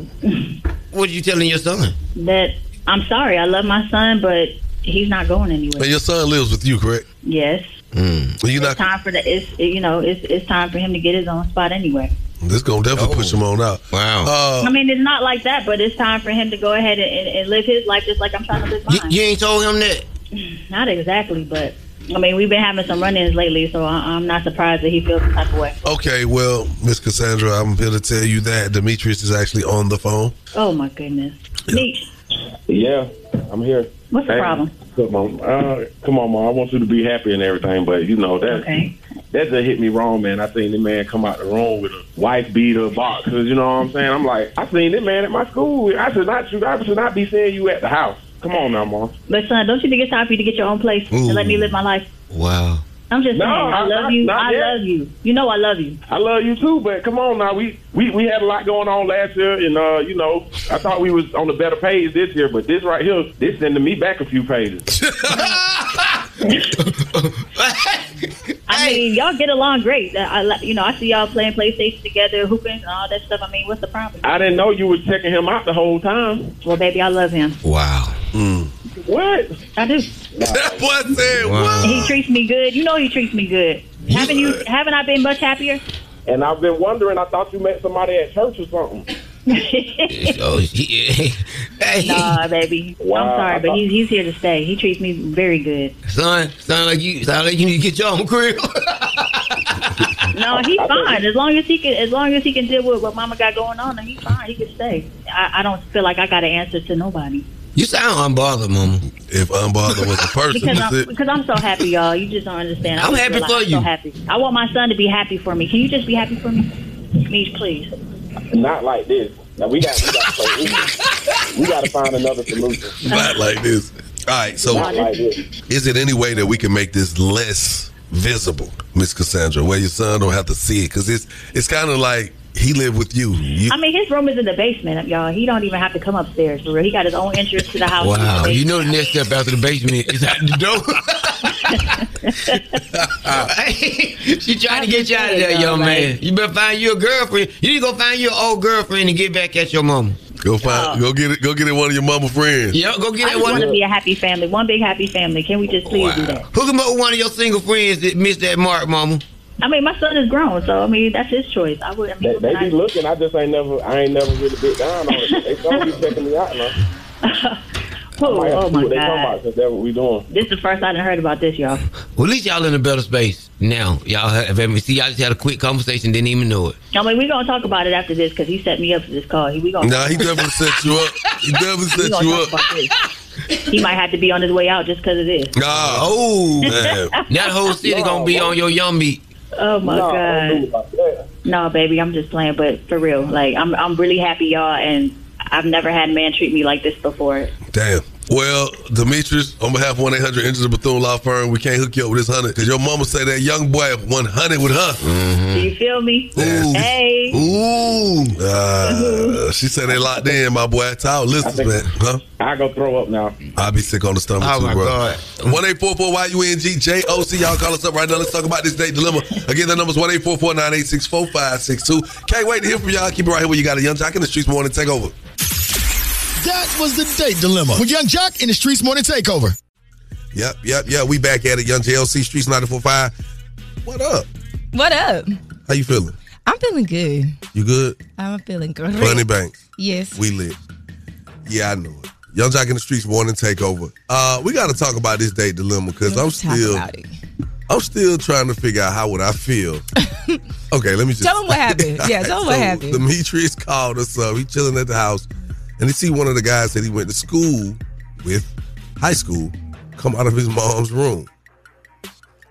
What are you telling your son?
that I'm sorry. I love my son, but he's not going
And
anywhere.
your son lives with you, correct?
Yes,
Mm. You not.
time for the it's you know it's it's time for him to get his own spot anyway.
This gonna definitely
Oh.
push him on out. Uh, Wow.
I mean, it's not like that, but it's time for him to go ahead and, and, and live his life just like I'm trying to live mine.
You, you ain't told him that.
Not exactly, but I mean, we've been having some run-ins lately, so I, I'm not surprised that he feels some type of way.
Okay, well, Miss Cassandra, I'm here to tell you that Demetrius is actually on the phone.
Oh my goodness, Neat.
Yeah, I'm here.
What's the problem?
Come on, uh, come on, mom. I want you to be happy and everything, but you know that that just hit me wrong, man. I seen the man come out the room with a wife beater boxes. You know what I'm saying? I'm like, I seen this man at my school. I should not, I should not be seeing you at the house. Come on now, mom.
But son, don't you think it's time for you to get your own place
Ooh.
and let me live my life?
Wow.
I'm just saying, I love you. I love you. You know I love you.
I love you too, but come on now. We, we we had a lot going on last year and uh, you know, I thought we was on a better page this year, but this right here, this sending me back a few pages.
I mean, y'all get along great. I, I- you know, I see y'all playing PlayStation together, hooping, and all that stuff. I mean, what's the problem?
I didn't know you was checking him out the whole time.
Well, baby, I love him.
Wow. What?
I do.
That boy said what?
He treats me good. You know, he treats me good. Haven't you? Haven't I been much happier?
And I've been wondering, I thought you met somebody at church or something.
Oh, yeah.
nah, baby. I'm
Wow.
sorry, but he's he's here to stay. He treats me very good.
Son, sound like you sound like you need to get your own crib.
No, he's fine as long as he can. As long as he can deal with what Mama got going on, then he's fine. He can stay. I, I don't feel like I got an answer to nobody
You sound unbothered, mama.
If unbothered was a
because I'm because I'm so happy, y'all. You just don't understand. I
I'm
just
happy
feel like
for
I'm
you.
So happy. I want my son to be happy for me. Can you just be happy for me, Meech, please?
Not like this. Now we got we got to play. We, we got to find another solution.
Not like this. All right, so
Not like this.
is it any way that we can make this less visible, Miss Cassandra, where your son don't have to see it? Because it's it's kind of like he lived with you. you
I mean, his room is in the basement, y'all. He don't even have to come upstairs for real. He got his own entrance to the house.
Wow, you know the next step after the basement is out the door. she tried to get you out of there,
saying,
young
though,
man. You better find you a girlfriend. You need to go find your old girlfriend and get back at your mama.
Go find,
Oh.
go get it, go get it one of your mama friends.
Yeah, go
I
get it
just
one.
want to be a happy family, one big happy family. Can we just please do that?
Hook him up with one of your single friends that missed that mark, mama.
I mean, my son is grown, so I mean that's his choice. I would. I mean,
They, they be looking. I just ain't never. I ain't never really bit down on it. They don't be checking me out now.
oh,
I have
oh
to see
my
what they talking about
god,
since that's what we doing.
this is the first I done heard about this, y'all.
Well, at least y'all in a better space now. Y'all have, have- see, y'all just had a quick conversation, didn't even know it.
I mean, we gonna talk about it after this because he set me up for this call. He, we gonna.
Nah, he definitely set you up. He definitely
we
set
gonna
you
talk
up.
about this. He might have to be on his way out just because of this.
Nah, oh man,
That whole city gonna be on your young meat.
Oh my
No, I don't
god. No, baby, I'm just playing, but for real, like I'm I'm really happy, y'all, and I've never had a man treat me like this before.
damn. Well, Demetrius, on behalf of one eight hundred Inches of Bethune Law Firm, we can't hook you up with this hundred because your mama say that young boy one hundred with her.
Do you feel me? Hey.
Hmm. Ooh. Uh, she said they locked in, my boy. That's how it listens, man. Huh?
I go throw up now.
I'll be sick on the stomach
Oh,
too,
my
bro.
God.
One eight four four Y U N G J O C. Y'all call us up right now. Let's talk about this date dilemma. Again, the number's one eight four four nine eight six four five six two. Can't wait to hear from y'all. Keep it right here where you got a young jock in the streets morning take over.
That was the date dilemma with Young Jock in the Streets Morning Takeover.
Yep, yep, yep. We back at it. Young JLC Streets 945. What up?
What up?
How you feeling?
I'm feeling good.
You good?
I'm feeling great.
Funny Banks.
Yes.
We lit. Yeah, I know it. Young Jock in the Streets morning takeover. Uh, we got to talk about this date dilemma because I'm
talk
still,
about it.
I'm still trying to figure out how would I feel. okay, let me just
Tell 'em what happened. Yeah, tell 'em what happened.
Demetrius called us up. He chilling at the house, and he see one of the guys that he went to school with, high school, come out of his mom's room.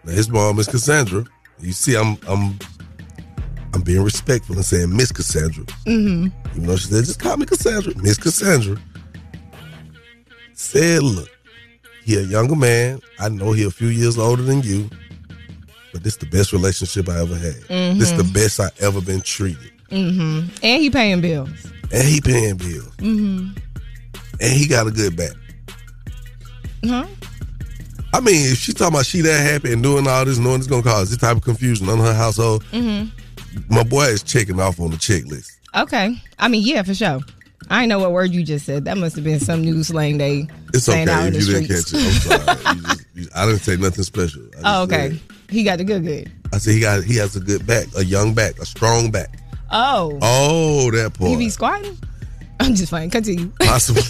Now his mom is Cassandra. You see, I'm I'm I'm being respectful and saying Miss Cassandra.
Mm-hmm.
Even though she said, just call me Cassandra. Miss Cassandra said, look, he a younger man. I know he a few years older than you, but this the best relationship I ever had. This
Mhm.
the best I ever been treated.
Mm-hmm. And he paying bills.
And he paying bills.
Mm-hmm.
And he got a good back.
Huh?
I mean, if she talking about she that happy and doing all this, knowing it's gonna cause this type of confusion on her household,
Mm-hmm.
my boy is checking off on the checklist.
Okay. I mean, yeah, for sure. I ain't know what word you just said. That must have been some new slang they
It's okay
saying out in
if
the
you didn't
streets.
catch it. I'm sorry. You- I didn't say nothing special. I just
Oh,
said-
okay. He got the good good.
I said he got he has a good back, a young back, a strong back.
Oh.
Oh, that
he
part.
be squatting? I'm just fine. Continue.
Possibly.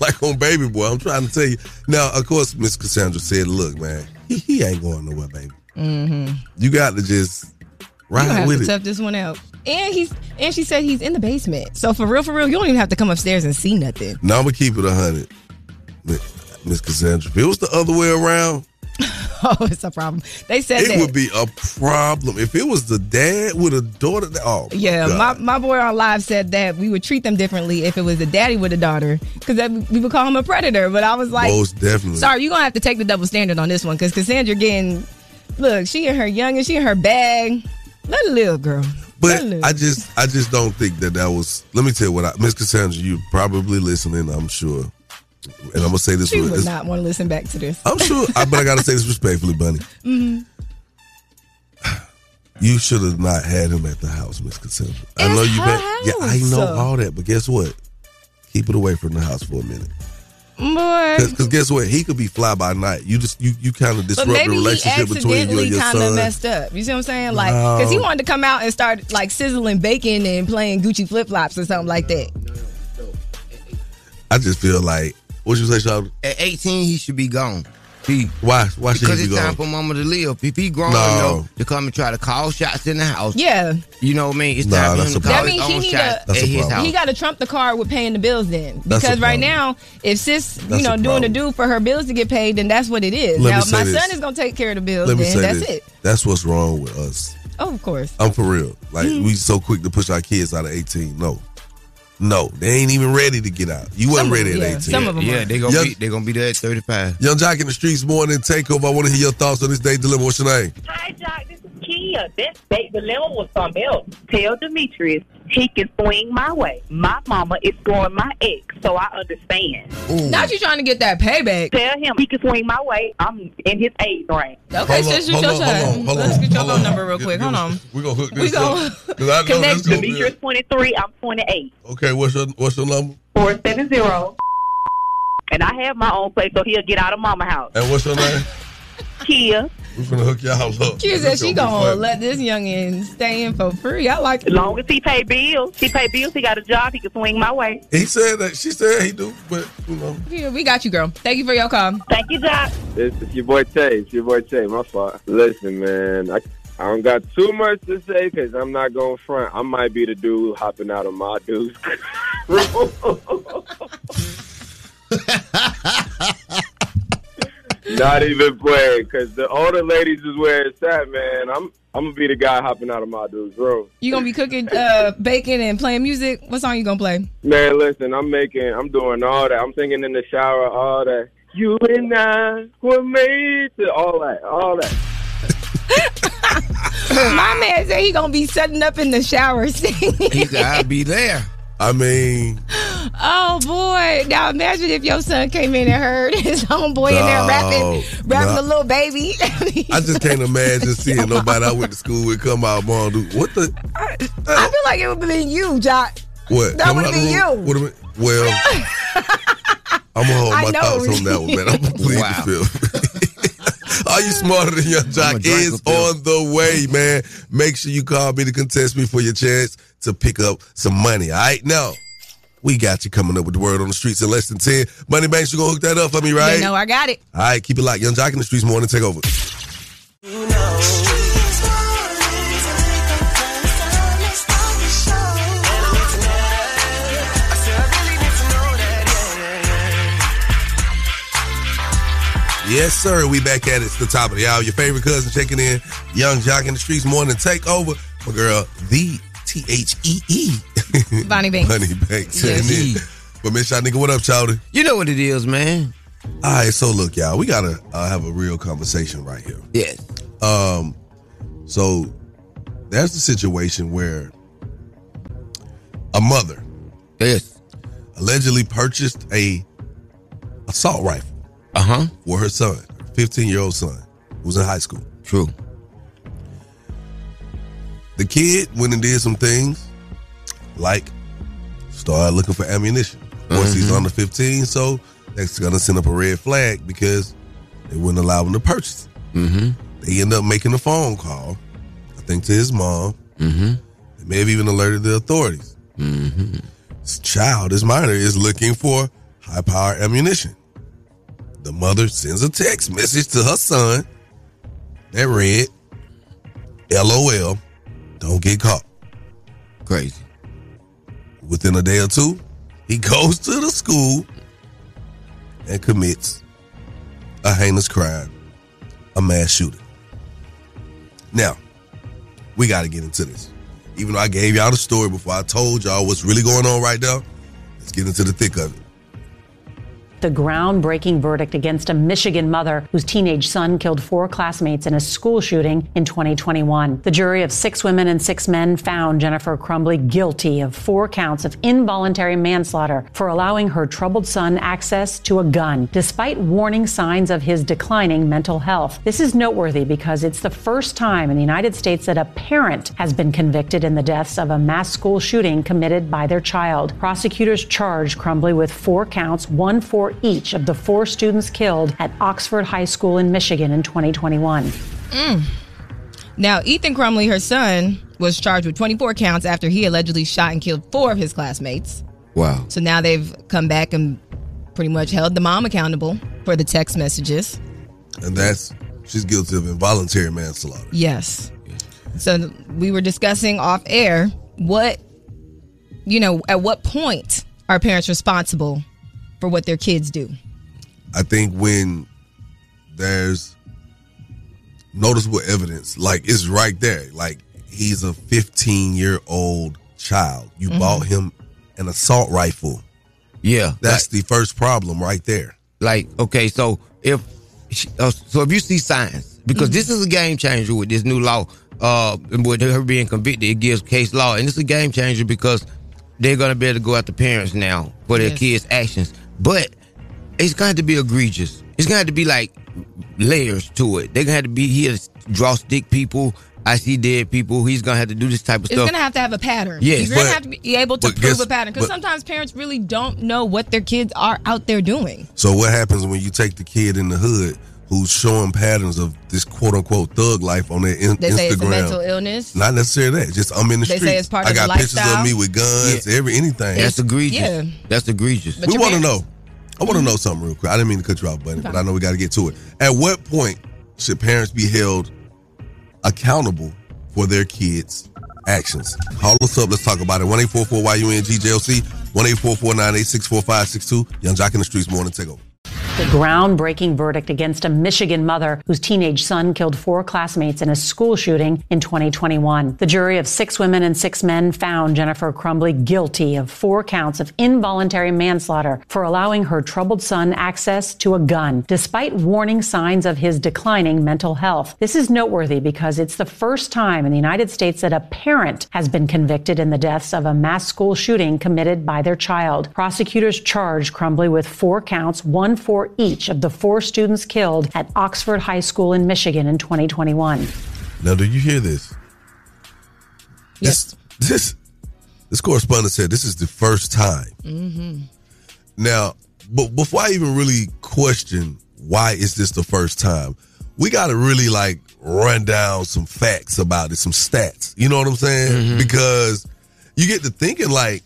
like on Baby Boy. I'm trying to tell you. Now, of course, Miss Cassandra said, look, man, he, he ain't going nowhere, baby.
Mm-hmm.
You got to just
you
ride
have
with
to
it.
tough this one out. And he's and she said he's in the basement. So for real, for real, you don't even have to come upstairs and see nothing.
now I'm going to keep it 100. Miss Cassandra, if it was the other way around,
Oh, it's a problem. They said
It
that.
would be a problem if it was the dad with a daughter. That, oh, my
yeah,
God.
my, my boy on live said that we would treat them differently if it was a daddy with a daughter because we would call him a predator. But I was like,
most definitely.
Sorry, you're gonna have to take the double standard on this one because Cassandra getting look, she in her young and she in her bag. Let a little girl.
But I just, I just don't think that that was. Let me tell you what, I, Miss Cassandra, you probably listening. I'm sure, and I'm gonna say this.
She
with-
would
this-
not want to listen back to this.
I'm sure, I, but I gotta say this respectfully, Bunny.
hmm
You should have not had him at the house, Miss Cassandra. I know you.
her
bet- yeah, I
house.
know all that, but guess what? Keep it away from the house for a minute.
Boy.
Because guess what, he could be fly by night. You just, you, you kind of
But
disrupt the
maybe he
relationship between you
accidentally
and your
kind of
son.
messed up. You see what I'm saying? Like, because he
No.
wanted to come out and start like sizzling bacon and playing Gucci flip flops or something like that.
I just feel like what you say, Sean?
At 18, he should be gone. He,
why? Why should
because
he be
it's time
gone?
for mama to live. If he grown
No.
enough to come and try to call shots in the house,
Yeah.
you know what I mean. It's
Nah,
time for
that's
him
a
to call
That means
his
he
own
need
shots
to
at his house.
he got to trump the card with paying the bills then
That's
because
a
right now if sis
That's
you know
a
doing the do for her bills to get paid then that's what it
Let
is.
me
now
say
my
this.
son is gonna take care of the bills
Let me
then
say
that's
this.
it.
That's what's wrong with us.
Oh, of course.
I'm for real. Like
Mhm.
we so quick to push our kids out of 18. No, no, they ain't even ready to get out. You wasn't ready at 18.
Yeah, they gonna
young,
be they gonna be there at 35.
young Jock in the streets morning takeover. I want to hear your thoughts on this day dilemma. What's your name?
Hi, Doc. This is Kia. This date dilemma was something else. Tell Demetrius he can swing my way. My mama is throwing my ex, so I understand.
Not you trying to get that payback.
Tell him he can swing my way. I'm in his age range.
Okay, sis, you your time. Let's get your phone number real quick. Hold on.
We gonna hook
We
this
gonna-
up. 'Cause I know
Connect
this gonna be-
Demetrius 23. I'm 28.
Okay, what's your what's your number?
470. And I have my own place, so he'll get out of mama house.
And what's your name?
Kia.
We're gonna hook y'all up.
Q said
This
she
be
gonna
fun.
let this youngin stay in for free. I like
As long as he pay bills, he pay bills. He got a job. He can swing my way.
He said that. She said he do, but you know.
Yeah, we got you, girl. Thank you for your call.
Thank you, Doc.
It's, it's your boy Tay. It's your boy Tay. My fault. Listen, man, I, I don't got too much to say because I'm not going front. I might be the dude hopping out of my dude's room. not even playing because the older ladies is where it's at, man. I'm I'm gonna be the guy hopping out of my dude's room.
You gonna be cooking uh, bacon and playing music? What song you gonna play?
Man, listen, I'm making, I'm doing all that. I'm singing in the shower, all that. You and I were made to all that, all that.
My man said he gonna be setting up in the shower singing.
I'll be there. I mean,
Oh boy! Now imagine if your son came in and heard his homeboy in there
No,
rapping, rapping
no.
a little baby.
I just can't imagine seeing nobody I went to school with come out, mom. Dude, what the
I feel like it would have been you, Jock.
what?
That
Coming
would
out the
be
room?
you.
What am I- well, I'm gonna hold
I
my
know.
thoughts on that one, man. I'm gonna plead the fifth. Are you smarter than Young Jock? Is on the way, man. Make sure you call me to contest me for your chance to pick up some money. All right, now we got you coming up with the word on the streets in less than ten. Money Banks, you gonna hook that up for me, right?
You know I got it.
All right, keep it locked. Young Jock in the streets morning, take over. Yes, sir. We back at it. It's the top of the hour. Your favorite cousin checking in. Young Jock in the streets morning take over. My girl, the T H E E.
Bonnie Banks.
Bonnie Banks.
Yes.
checking in. But Miss Shot Nigga, what up, Chowdy? You know what it is, man. All right, so look, y'all, we gotta uh, have a real conversation right here. Yes. Um, so there's the situation where a mother, yes, allegedly purchased a assault rifle. Uh
Uh-huh.
huh. For her son, 15 year old son, who was in high school. True. The kid went and did some things, like started looking for ammunition. Once he's under 15, so that's gonna send up a red flag because they wouldn't allow him to purchase. It. Mm-hmm. They end up making a phone call, I think, to his mom. Mm-hmm. They may have even alerted the authorities. Mm-hmm. This child, this minor, is looking for high power ammunition. The mother sends a text message to her son that read, LOL, don't get caught. Crazy. Within a day or two, he goes to the school and commits a heinous crime a mass shooting. Now, we got to get into this. Even though I gave y'all the story before I told y'all what's really going on right now, let's get into the thick of it.
The groundbreaking verdict against a Michigan mother whose teenage son killed four classmates in a school shooting in 2021. The jury of six women and six men found Jennifer Crumbly guilty of four counts of involuntary manslaughter for allowing her troubled son access to a gun, despite warning signs of his declining mental health. This is noteworthy because it's the first time in the United States that a parent has been convicted in the deaths of a mass school shooting committed by their child. Prosecutors charged Crumbly with four counts, one for each of the four students killed at Oxford High School in Michigan in 2021.
Mm. Now, Ethan Crumley, her son, was charged with 24 counts after he allegedly shot and killed four of his classmates.
Wow.
So now they've come back and pretty much held the mom accountable for the text messages.
And that's, she's guilty of involuntary manslaughter.
Yes. So we were discussing off air what, you know, at what point are parents responsible for what their kids do?
I think when there's noticeable evidence, like it's right there. Like he's a 15 year old child. You
Mm-hmm.
Mhm.
bought him an assault rifle.
Yeah,
That's the first problem right there.
Like, okay, so if she- uh, so, if you see signs, because this is a game changer with this new law, uh, and with her being convicted, it gives case law, and it's a game changer because they're gonna be able to go after parents now for their
Yes.
kids' actions, but it's gonna have to be egregious. It's gonna have to be like layers to it. They're gonna have to be here to draw stick people. I see dead people. He's gonna have to do this type of
It's
stuff.
going to have to have a pattern.
Yes,
You're going to
but-
have to be able to
but
prove
guess-
a pattern because
but-
sometimes parents really don't know what their kids are out there doing.
So what happens when you take the kid in the hood who's showing patterns of this quote unquote thug life on their in-
They
Instagram?
say it's a mental illness.
Not necessarily that. Just I'm in the
They
street.
say it's part
I
of the
got pictures
lifestyle.
of me with guns, every anything.
That's egregious. Yeah.
That's egregious.
But
we
your
want to
parents-
know. I want to know something real quick. I didn't mean to cut you off, Bunny, but I know we got to get to it. At what point should parents be held accountable for their kids' actions? Call us up. Let's talk about it. One eight four four YUNGJLC. One eight four four nine eight six four five six two. Young Jock in the streets. Morning takeover.
The groundbreaking verdict against a Michigan mother whose teenage son killed four classmates in a school shooting in 2021. The jury of six women and six men found Jennifer Crumbly guilty of four counts of involuntary manslaughter for allowing her troubled son access to a gun, despite warning signs of his declining mental health. This is noteworthy because it's the first time in the United States that a parent has been convicted in the deaths of a mass school shooting committed by their child. Prosecutors charged Crumbly with four counts, one for each of the four students killed at Oxford High School in Michigan in 2021.
Now, do you hear this? Yes. This, this this correspondent said this is the first time.
Mm-hmm.
Now, but before I even really question why is this the first time, we got to really like run down some facts about it, some stats. You know what I'm saying? Because you get to thinking like,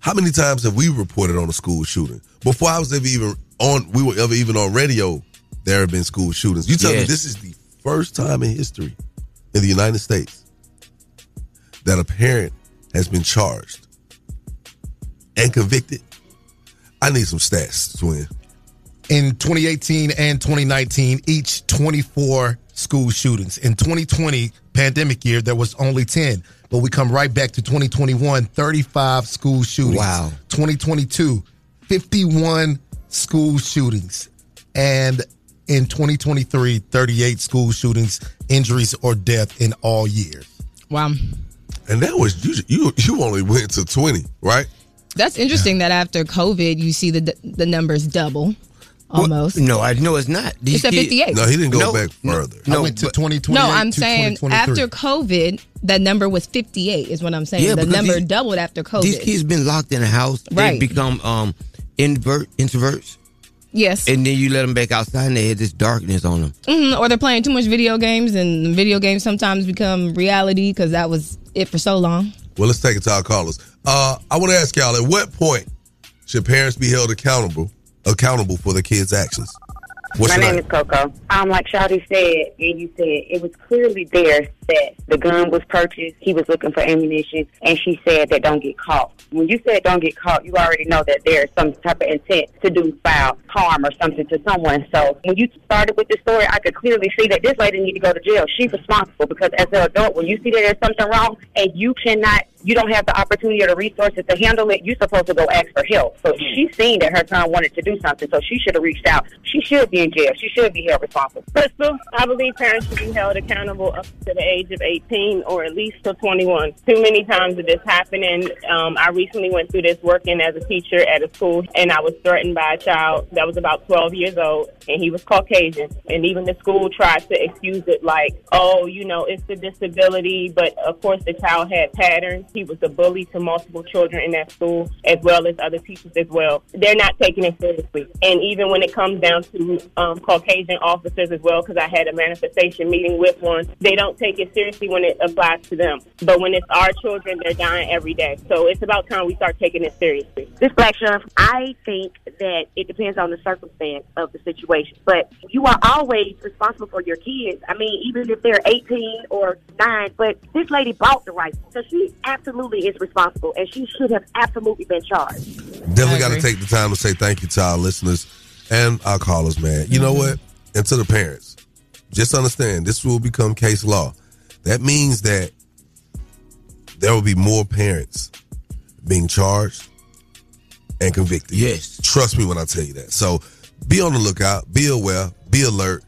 how many times have we reported on a school shooting? Before I was ever even on, we were ever even on radio. There have been school shootings. You tell me
Yes.
this is the first time in history in the United States that a parent has been charged and convicted. I need some stats, twin.
in 2018 and 2019, each 24 school shootings. In 2020, pandemic year, there was only 10. But we come right back to 2021, 35 school shootings. Wow. 2022, 51 school shootings. And in 2023, 38 school shootings, injuries, or death in all years.
Wow.
And that was you. You you only went to twenty, right?
That's interesting that after COVID, you see the the numbers double almost.
No, I know it's not.
He said 58. No, he didn't go back
further.
No, I went to 2020.
no, I'm saying after COVID, that number was 58, is what I'm saying.
Yeah,
the
because
number
these-
doubled after COVID.
These kids been locked in a house.
Right.
They become um invert introverts,
yes.
and then you let them back outside, and they had this darkness on them.
Mhm, or they're playing too much video games, and video games sometimes become reality because that was it for so long.
Well, let's take it to our callers. Uh, I want to ask y'all: At what point should parents be held accountable accountable for their kids' actions? What's
My
your
name
name?
is Coco. Um, like Shawty said, and you said, it was clearly there that the gun was purchased. He was looking for ammunition, and she said that don't get caught. When you said don't get caught, you already know that there is some type of intent to do foul harm or something to someone. So when you started with this story, I could clearly see that this lady need to go to jail. She's responsible because as an adult, when you see that there's something wrong and you cannot you don't have the opportunity or the resources to handle it, you're supposed to go ask for help. So she seen that her son wanted to do something, so she should have reached out. She should be in jail. She should be held responsible.
Crystal, I believe parents should be held accountable up to the age of 18 or at least till 21. Too many times it is happening. Um, I recently went through this working as a teacher at a school, and I was threatened by a child that was about 12 years old, and he was Caucasian. And even the school tried to excuse it like, oh, you know, it's the disability. But of course, the child had patterns. He was a bully to multiple children in that school, as well as other teachers as well. They're not taking it seriously. And even when it comes down to um, Caucasian officers as well, because I had a manifestation meeting with one, they don't take it seriously when it applies to them. But when it's our children, they're dying every day. So it's about time we start taking it seriously.
This black sheriff, I think that it depends on the circumstance of the situation, but you are always responsible for your kids. I mean, even if they're 18 or 9, but this lady bought the rifle, so she absolutely is responsible, and she should have absolutely been charged.
Definitely got to take the time to say thank you to our listeners and our callers, man. You know what? And to the parents, just understand this will become case law. That means that there will be more parents being charged and convicted. Yes. Trust me when I tell you that. So be on the lookout, be aware, be alert,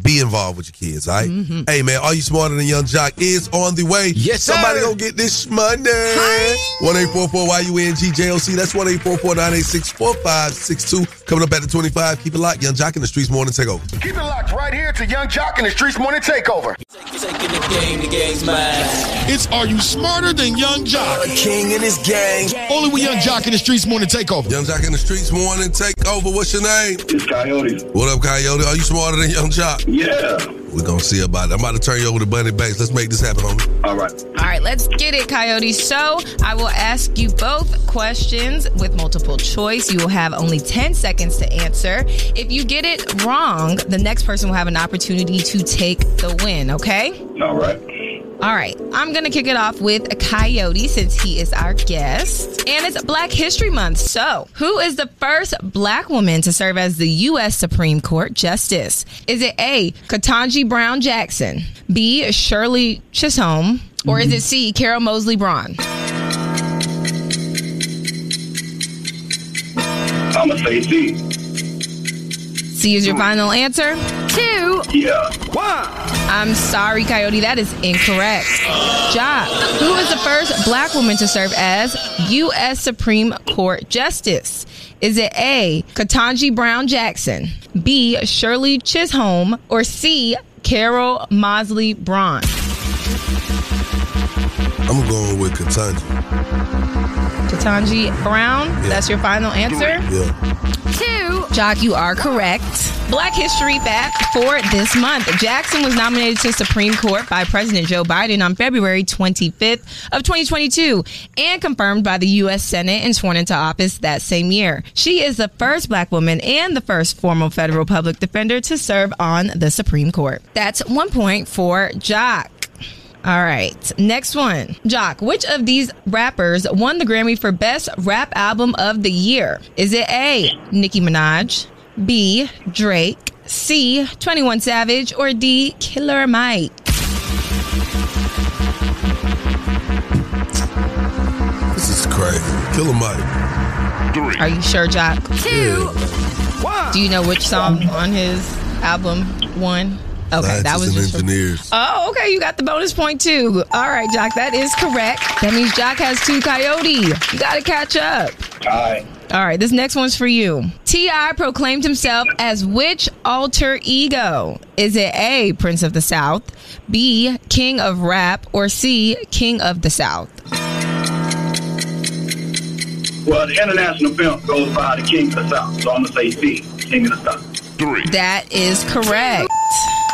be involved with your kids, all right? Hey, man, Are You Smarter Than Young Jock is on the way. Yes, Somebody go get this money. 1-844-YUNG-JOC. That's 1-844-986-4562. Coming up at the 25, keep it locked. Young Jock in the streets morning takeover.
Keep it locked right here to Young Jock and the Streets Morning Takeover.
Taking the game, the game's mine.
It's Are You Smarter Than Young Jock?
king in his gang.
Only with Young Jock in the streets morning takeover.
Young Jock in the streets morning takeover. What's your name? It's Coyote. What up, Coyote? Are you smarter than Young Jock? Yeah. We're going to see about it. I'm about to turn you over to Bunny Banks. Let's make this happen, homie. All right.
All right, let's get it, Coyote. So I will ask you both questions with multiple choice. You will have only 10 seconds to answer. If you get it wrong, the next person will have an opportunity to take the win, okay?
All right.
All right, I'm going to kick it off with a Coyote since he is our guest. And it's Black History Month. So, who is the first black woman to serve as the U.S. Supreme Court Justice? Is it A, Katanji Brown Jackson, B, Shirley Chisholm, or is it C, Carol Mosley Braun?
I'm going to say Z.
C is your final answer? Two.
Yeah.
I'm sorry, Coyote, that is incorrect. Jock, who is the first black woman to serve as U.S. Supreme Court Justice? Is it A, Katanji Brown Jackson, B, Shirley Chisholm, or C, Carol Mosley Braun?
I'm going with Katanji.
Katanji Brown, that's your final answer?
Yeah.
Two. Jock, you are correct. Black History Fact for this month. Jackson was nominated to Supreme Court by President Joe Biden on February 25th of 2022 and confirmed by the U.S. Senate and sworn into office that same year. She is the first black woman and the first formal federal public defender to serve on the Supreme Court. That's one point for Jock. All right, next one. Jock, which of these rappers won the Grammy for Best Rap Album of the Year? Is it A, Nicki Minaj, B, Drake, C, 21 Savage, or D, Killer Mike?
This is crazy. Killer Mike. Three.
Are you sure, Jock? Two. Do you know which song on his album won? Okay, that was
Scientists and
just.
engineers.
Oh, okay. You got the bonus point too. All right, Jock. That is correct. That means Jock has two coyote. You got to catch up.
All
All right, this next one's for you. T.I. proclaimed himself as which alter ego? Is it A, Prince of the South, B, King of Rap, or C, King of the South?
Well, the international film goes by the king of the south, so I'm going to say C, king of the south. Three.
That is correct.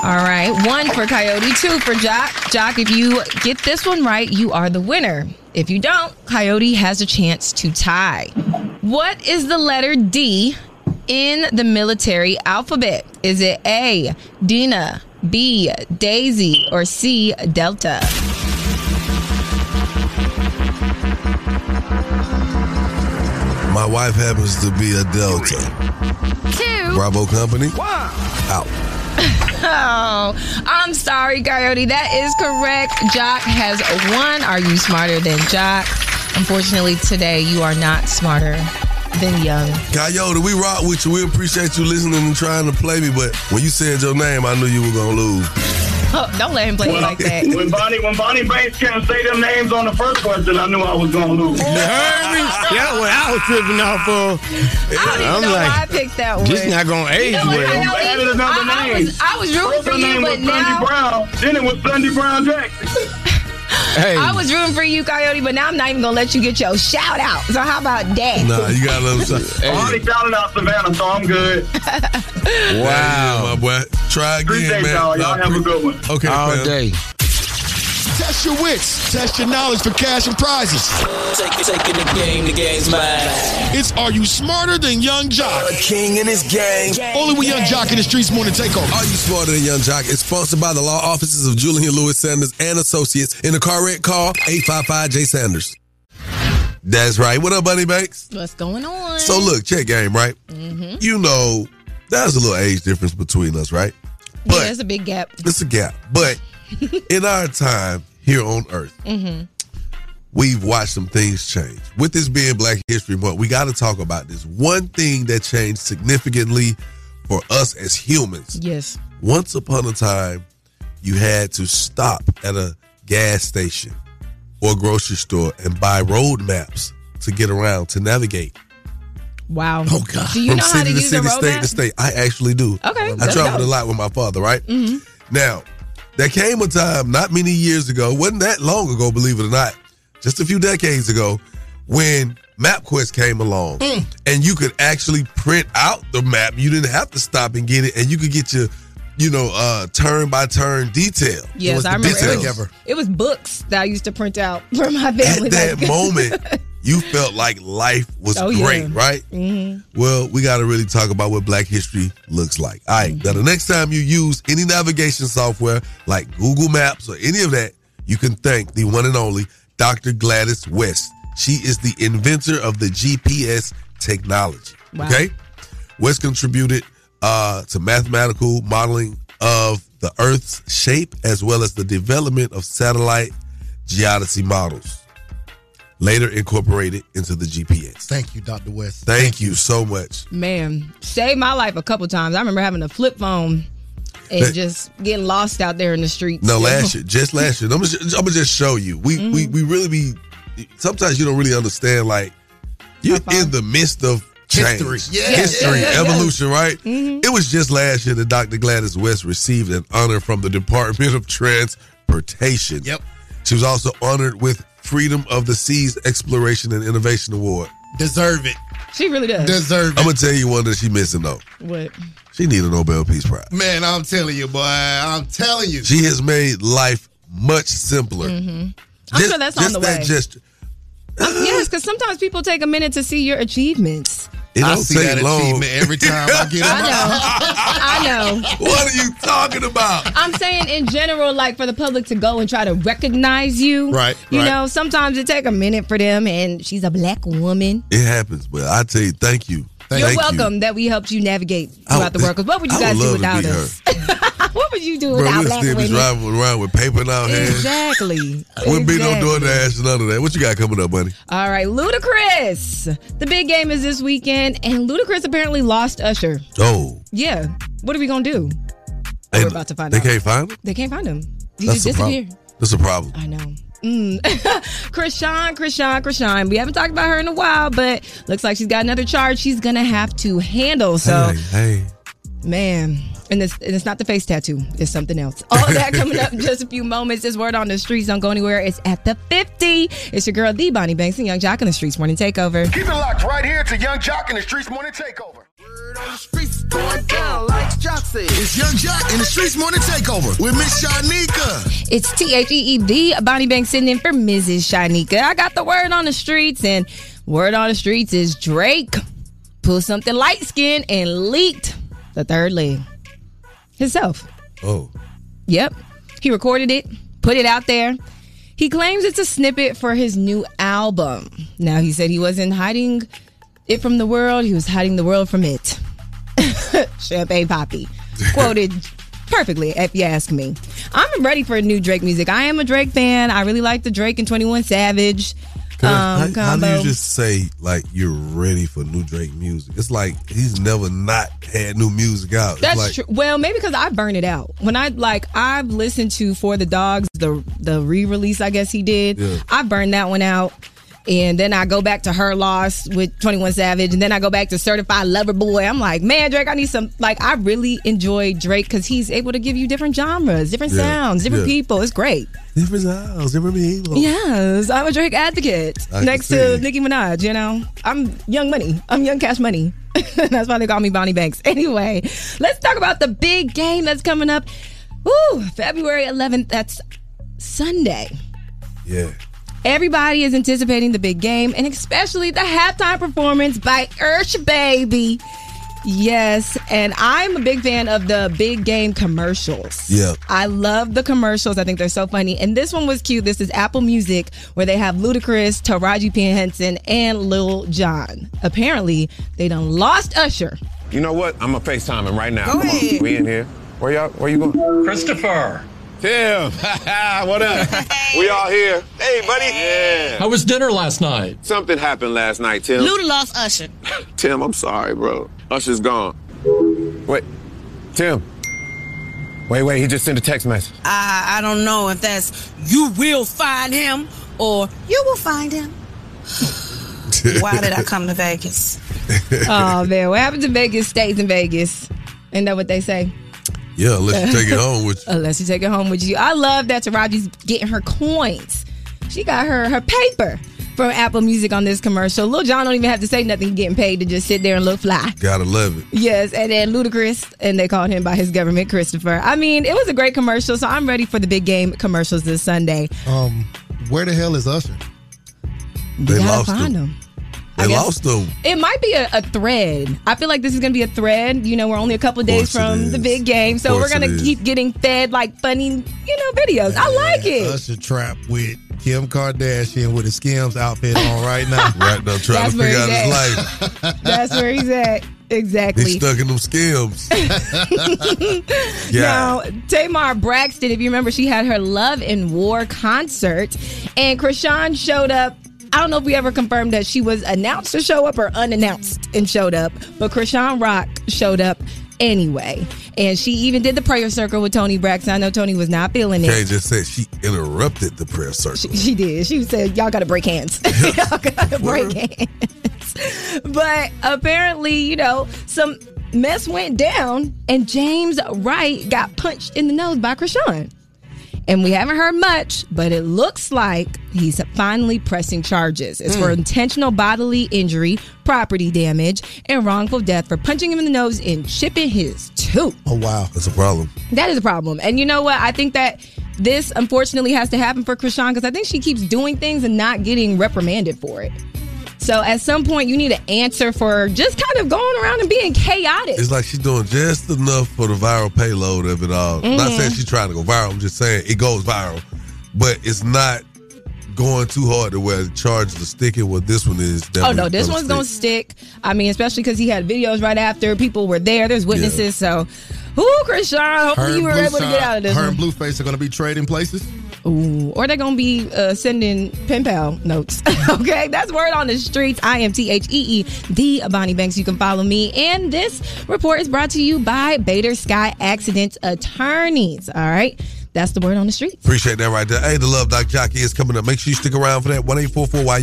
All right, one for Coyote, two for Jock. Jock, if you get this one right, you are the winner. If you don't, Coyote has a chance to tie. What is the letter D in the military alphabet? Is it A, Dina, B, Daisy, or C, Delta?
My wife happens to be a Delta.
Two.
Bravo Company. Out.
Oh, I'm sorry, Coyote. That is correct. Jock has won. Are you smarter than Jock? Unfortunately, today you are not smarter than Young.
Coyote, we rock with you. We appreciate you listening and trying to play me, but when you said your name, I knew you were gonna lose.
Oh, don't let him play you like that.
When Bonnie, when Bonnie Banks can't say them names on the first question, I knew I was gonna lose. You heard me?
That's what I was tripping off of.
I don't even
am
know
like,
why I picked that one.
this not gonna
You
age
know what?
well.
I know
They added
he-
another
I- I
name.
was- I was rooting
First
for
her
you,
name
but
was Sunday
now
Brown. Then it was Sunday Brown Jackson.
Hey.
I was rooting for you, Coyote, but now I'm not even gonna let you get your shout out. So how about that?
Nah, you gotta let him say.
I already shouted out Savannah, so I'm good.
Wow, my boy. Try again,
Appreciate
man.
y'all. Y'all have a good one.
Okay,
All
fam.
day.
Test your wits. Test your knowledge for cash and prizes.
Take, taking the game, the game's mine.
It's Are You Smarter Than Young Jock? A
king in his gang.
Only with Young Jock in the streets morning takeover.
Are You Smarter Than Young Jock is sponsored by the law offices of Julian Lewis Sanders and Associates. In a car wreck, call 855-J Sanders. That's right. What up, Bunny Banks?
What's going on? Mm-hmm.
So look, check game, right? You know, there's a little age difference between us, right?
yeah, there's a big gap.
It's a gap. But in our time here on Earth,
Mm-hmm.
we've watched some things change. With this being Black History Month, we got to talk about this. One thing that changed significantly for us as humans.
Yes.
Once upon a time, you had to stop at a gas station or grocery store and buy road maps to get around, to navigate.
Wow. Oh God. Do you
From
know
city
how to
to
use
city,
a
state
roadmap?
to state. I actually do.
Okay,
I
that's
traveled a
dope.
lot with my father, right?
Mhm.
Now, there came a time not many years ago, wasn't that long ago, believe it or not, just a few decades ago, when MapQuest came along
Hmm.
Mm.
and you could actually print out the map. You didn't have to stop and get it, and you could get your, you know, uh turn by turn detail.
Yes, I remember. It was, it was books that I used to print out for my family.
At that
like-
moment, you felt like life was
Oh, yeah.
great, right?
Mhm.
Well, we got to really talk about what black history looks like. All right, now the next time you use any navigation software like Google Maps or any of that, you can thank the one and only Dr. Gladys West. She is the inventor of the GPS technology.
Wow.
Okay? West contributed uh, to mathematical modeling of the Earth's shape as well as the development of satellite geodesy models, later incorporated into the GPS.
Thank you, Dr. West.
Thank you so much.
Man, saved my life a couple times. I remember having a flip phone and
That-
just getting lost out there in the streets.
No, last year, just last year. I'm gonna, I'm gonna just show you. We, we
Mm-hmm.
we really be. Sometimes you don't really understand. Like you're in the midst of change.
Uh-huh. History. Yeah,
history,
yeah, Mm-hmm. yeah, yeah.
evolution. Right. It was just last year that Dr. Gladys West received an honor from the Department of Transportation. Yep. She was also honored with Freedom of the Seas Exploration and Innovation Award.
Deserve it.
She really does.
Deserve it.
I'm gonna tell you one that she missing though.
What?
She need a Nobel Peace Prize.
Man, I'm telling you, boy. I'm telling you.
She has made life much simpler.
Mhm. I'm
Just-
sure that's
just
on the
that
way.
gesture.
Um, yes, because sometimes people take a minute to see your achievements.
It
I
don't
see
take
that
long.
achievement every time I get
I know. I know.
What are you talking about?
I'm saying in general, like for the public to go and try to recognize you.
Right,
You
right.
know, sometimes it take a minute for them, and she's a black woman.
It happens, but I tell you, thank you. Thank
You're
you.
welcome that we helped you navigate
I
throughout the
would-
world. 'Cause what would you
I would
guys do
love to
without
be her.
us? what would you do
Bro,
without
we'll
black
still be
women?
driving around with paper in our hands.
Exactly.
Wouldn't be no
Exactly.
DoorDash, none of that. What you got coming up, buddy?
All right, Ludacris. The big game is this weekend, and Ludacris apparently lost Usher.
Oh,
Yeah. What are we gonna do?
and
We're about to find
they
out.
can't find him.
They can't find him. He
That's
just
a
disappeared.
problem. That's a problem.
I know. Mm. Krishan, Krishan, Krishan. We haven't talked about her in a while, but looks like she's got another charge she's gonna have to handle. So,
hey, hey.
man, and this and it's not the face tattoo; it's something else. All of that coming up in just a few moments. This word on the streets don't go anywhere. It's at the fifty. It's your girl, the Bonnie Banks, and Young Jock on the streets morning takeover.
Keep it locked right here to Young Jock in the Streets Morning Takeover.
Going down like Joxy.
It's Young Jock in the streets morning takeover with Miss Shanika.
It's T H E E V. Bonnie Banks sitting in for Mrs. Shanika. I got the word on the streets, and word on the streets is Drake. pulled something light skinned and leaked the third leg himself.
Oh.
Yep. He recorded it, put it out there. He claims it's a snippet for his new album. Now, he said he wasn't hiding it from the world, he was hiding the world from it. Champagne Poppy. Quoted perfectly, if you ask me. I'm ready for new Drake music. I am a Drake fan. I really like the Drake and 21 Savage.
Can I-
Um,
how, how do
combo.
you just say like you're ready for new Drake music? It's like he's never not had new music out. It's
That's
like,
true. Well, maybe because I burn it out. When I like, I've listened to for the dogs the the re release. I guess he did.
Yeah.
I burned that one out, and then I go back to her loss with Twenty One Savage, and then I go back to Certified Lover Boy. I'm like, man, Drake, I need some. Like, I really enjoy Drake because he's able to give you different genres, different
Yeah.
sounds, different
Yeah.
people. It's great.
different styles, different people.
Yes, I'm a Drake advocate.
I can
Next
see.
to Nicki Minaj, you know, I'm Young Money. I'm Young Cash Money. that's why they call me Bonnie Banks. Anyway, let's talk about the big game that's coming up. Woo, February 11th. That's Sunday.
Yeah.
Everybody is anticipating the big game, and especially the halftime performance by Ursh Baby. Yes, and I'm a big fan of the big game commercials.
Yeah.
I love the commercials. I think they're so funny. And this one was cute. This is Apple Music, where they have Ludacris, Taraji P. Henson, and Lil Jon. Apparently, they done lost Usher.
You know what? I'm gonna FaceTime him right now.
Go
Come
ahead.
on. We in here. Where y'all where you going? Christopher. Tim. what up? we all here. Hey buddy. Yeah.
How was dinner last night?
Something happened last night, Tim.
lost Usher.
Tim, I'm sorry, bro. Usher's gone. Wait. Tim. Wait, wait, he just sent a text message.
I I don't know if that's you will find him or you will find him. Why did I come to Vegas?
oh man, what happened to Vegas stays in Vegas. Ain't that what they say?
Yeah, unless you take it home with you.
Unless you take it home with you. I love that Taraji's getting her coins. She got her her paper from Apple Music on this commercial. Lil John don't even have to say nothing. He getting paid to just sit there and look fly.
Gotta love it.
Yes, and then Ludacris, and they called him by his government, Christopher. I mean, it was a great commercial, so I'm ready for the big game commercials this Sunday.
Um, where the hell is Usher?
They
gotta
lost
find
him.
him. I
They lost
guess-
him.
It might be a, a thread. I feel like this is going to be a thread. You know, we're only a couple days
course it
from the
is.
big game, so
Of
we're
course it
going to
is.
keep getting fed like funny, you know, videos. I like it.
Usher trap with Kim Kardashian with his Skims outfit on right now.
right now, trying
That's
to
where
figure out
he's
his
at.
life.
That's where he's at. Exactly.
He's stuck in them skims.
Now, Tamar Braxton, if you remember, she had her Love and War concert, and Krishan showed up. I don't know if we ever confirmed that she was announced to show up or unannounced and showed up, but Krishan Rock showed up anyway. And she even did the prayer circle with Tony Braxton. I know Tony was not feeling it.
Kay just said she interrupted the prayer circle.
She did. She said, "Y'all got to break hands. Y'all got to break hands." But apparently, you know, some mess went down, and James Wright got punched in the nose by Krishan. And we haven't heard much, but it looks like he's finally pressing charges. It's for
Mm.
intentional bodily injury, property damage, and wrongful death for punching him in the nose and chipping his tooth.
Oh wow,
that's a problem.
That is a problem. And you know what? I think that this unfortunately has to happen for Krishan because I think she keeps doing things and not getting reprimanded for it. So at some point, you need an answer for just kind of going around and being chaotic.
It's like she's doing just enough for the viral payload of it all. Not
Mhm.
saying she's trying to go viral. I'm just saying it goes viral, but it's not going too hard to where the charge is sticking. What this one is.
Oh
definitely
no, this one's gonna
stick.
stick. I mean, especially because he had videos right after. People were there. There's witnesses. So, who Krishan? Hopefully, you were able to get out of this.
Her
one.
and Blueface are going to be trading places.
Ooh, or they're gonna be uh, sending pen pal notes. okay, that's word on the streets. I am T H E E the Bonnie Banks. You can follow me. And this report is brought to you by Bader Sky Accident Attorneys. All right, that's the word on the streets.
Appreciate that right there. Hey, the Love Doc Jockey is coming up. Make sure you stick around for that.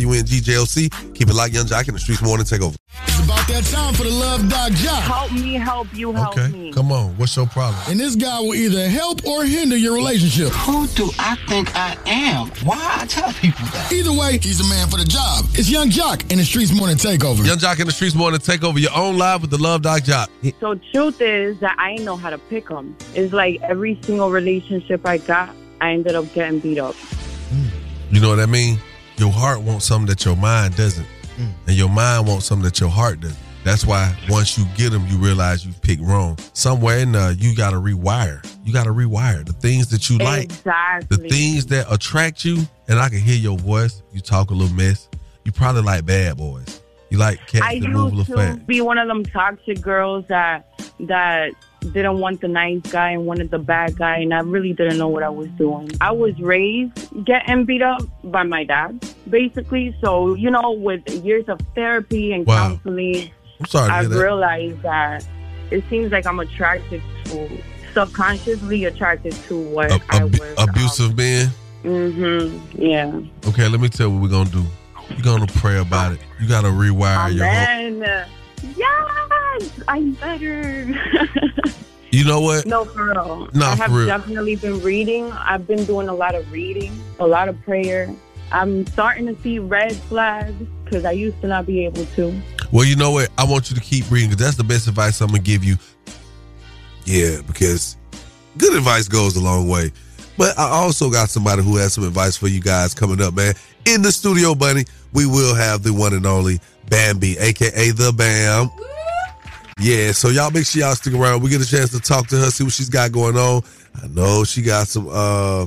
1-844-YUNGJLC. Keep it locked, Young Jockey, in the streets morning takeover.
It's about that time for the Love Doc Jock. Help
me help you
help
Okay, come on. What's your problem?
And this guy will either help or hinder your relationship. Who do I think I am? Why I tell people that? Either way, he's the man for the job. It's Young Jock in the Streets Morning Takeover.
Young Jock in the streets morning takeover. Your own live with the Love Doc Jock.
So truth is that I didn't know how to pick them. It's like every single relationship I got, I ended up getting beat up.
You know what I mean? Your heart wants something that your mind doesn't, and your mind wants something that your heart doesn't.
That's why once you get them, you realize you picked wrong. Somewhere in there, you got to rewire. You got to rewire the things that you like,
Exactly.
the things that attract you. And I can hear your voice. You talk a little mess. You probably like bad boys. You like cats
I
that move a
used
little
to
fat.
be one of them toxic girls that that didn't want the nice guy and wanted the bad guy, and I really didn't know what I was doing. I was raised getting beat up by my dad, basically. So you know, with years of therapy and
Wow.
counseling,
I'm sorry to hear
I've
that.
realized that it seems like I'm attracted to subconsciously attracted to what I was.
Abusive men.
hmm Yeah.
Okay, let me tell you what we're gonna do. You're gonna pray about it. You gotta rewire your whole.
Then yes, I'm better.
You know what?
No, for real.
Nah,
I have
for real.
definitely been reading. I've been doing a lot of reading, a lot of prayer. I'm starting to see red flags because I used to not be able to.
Well, you know what? I want you to keep reading 'cause that's the best advice I'm gonna give you.
Yeah, because good advice goes a long way. But I also got somebody who has some advice for you guys coming up, man. In the studio, Bunny, we will have the one and only Bambi, aka the Bam. Yeah, so y'all make sure y'all stick around. We get a chance to talk to her, see what she's got going on. I know she got some uh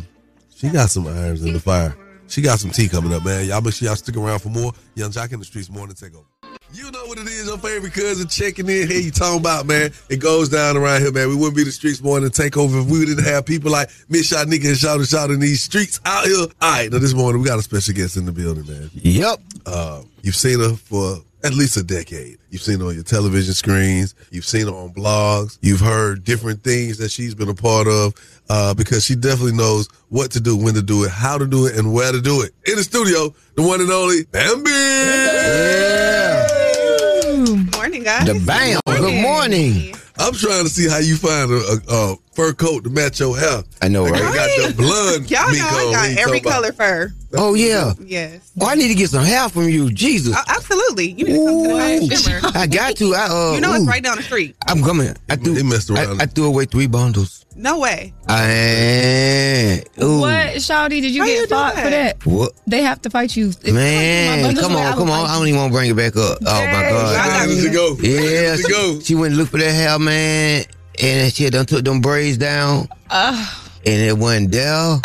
she got some irons in the fire. She got some tea coming up, man. Y'all make sure y'all stick around for more. Young Jock in the streets morning takeover. You know what it is, your favorite cousin checking in. Hey, you talking about, man? It goes down around here, man. We wouldn't be the streets morning takeover if we didn't have people like Miss Shanika and Shouter Shout in these streets out here. All right, now this morning we got a special guest in the building, man. Yep. Uh, you've seen her for at least a decade. You've seen her on your television screens. You've seen her on blogs. You've heard different things that she's been a part of uh, because she definitely knows what to do, when to do it, how to do it, and where to do it. In the studio, the one and only Bambi.
Morning, guys.
The bam. Good morning. I'm trying to see how you find a, a, a fur coat to match your hair. I know, right? I got the blonde.
Y'all
mink
know I
on. We
got
ain't
every
talking about-
color fur.
Oh yeah.
Yes.
Oh, I need to get some hair from you, Jesus.
A- absolutely. You need to come to the house. Shimmer.
I got to. I, uh,
you know it's
ooh.
right down the street.
I'm coming. I threw. I, I threw away three bundles.
No way.
I, ooh.
What, Shawty? Did you get fought for that?
What?
They have to fight you.
Man, come on, come on. I don't even want to bring it back up. Oh, my
Let
God.
it go.
Yeah, she, she went and looked for that hair, man. And she had done took them braids down.
Uh,
And it wasn't there.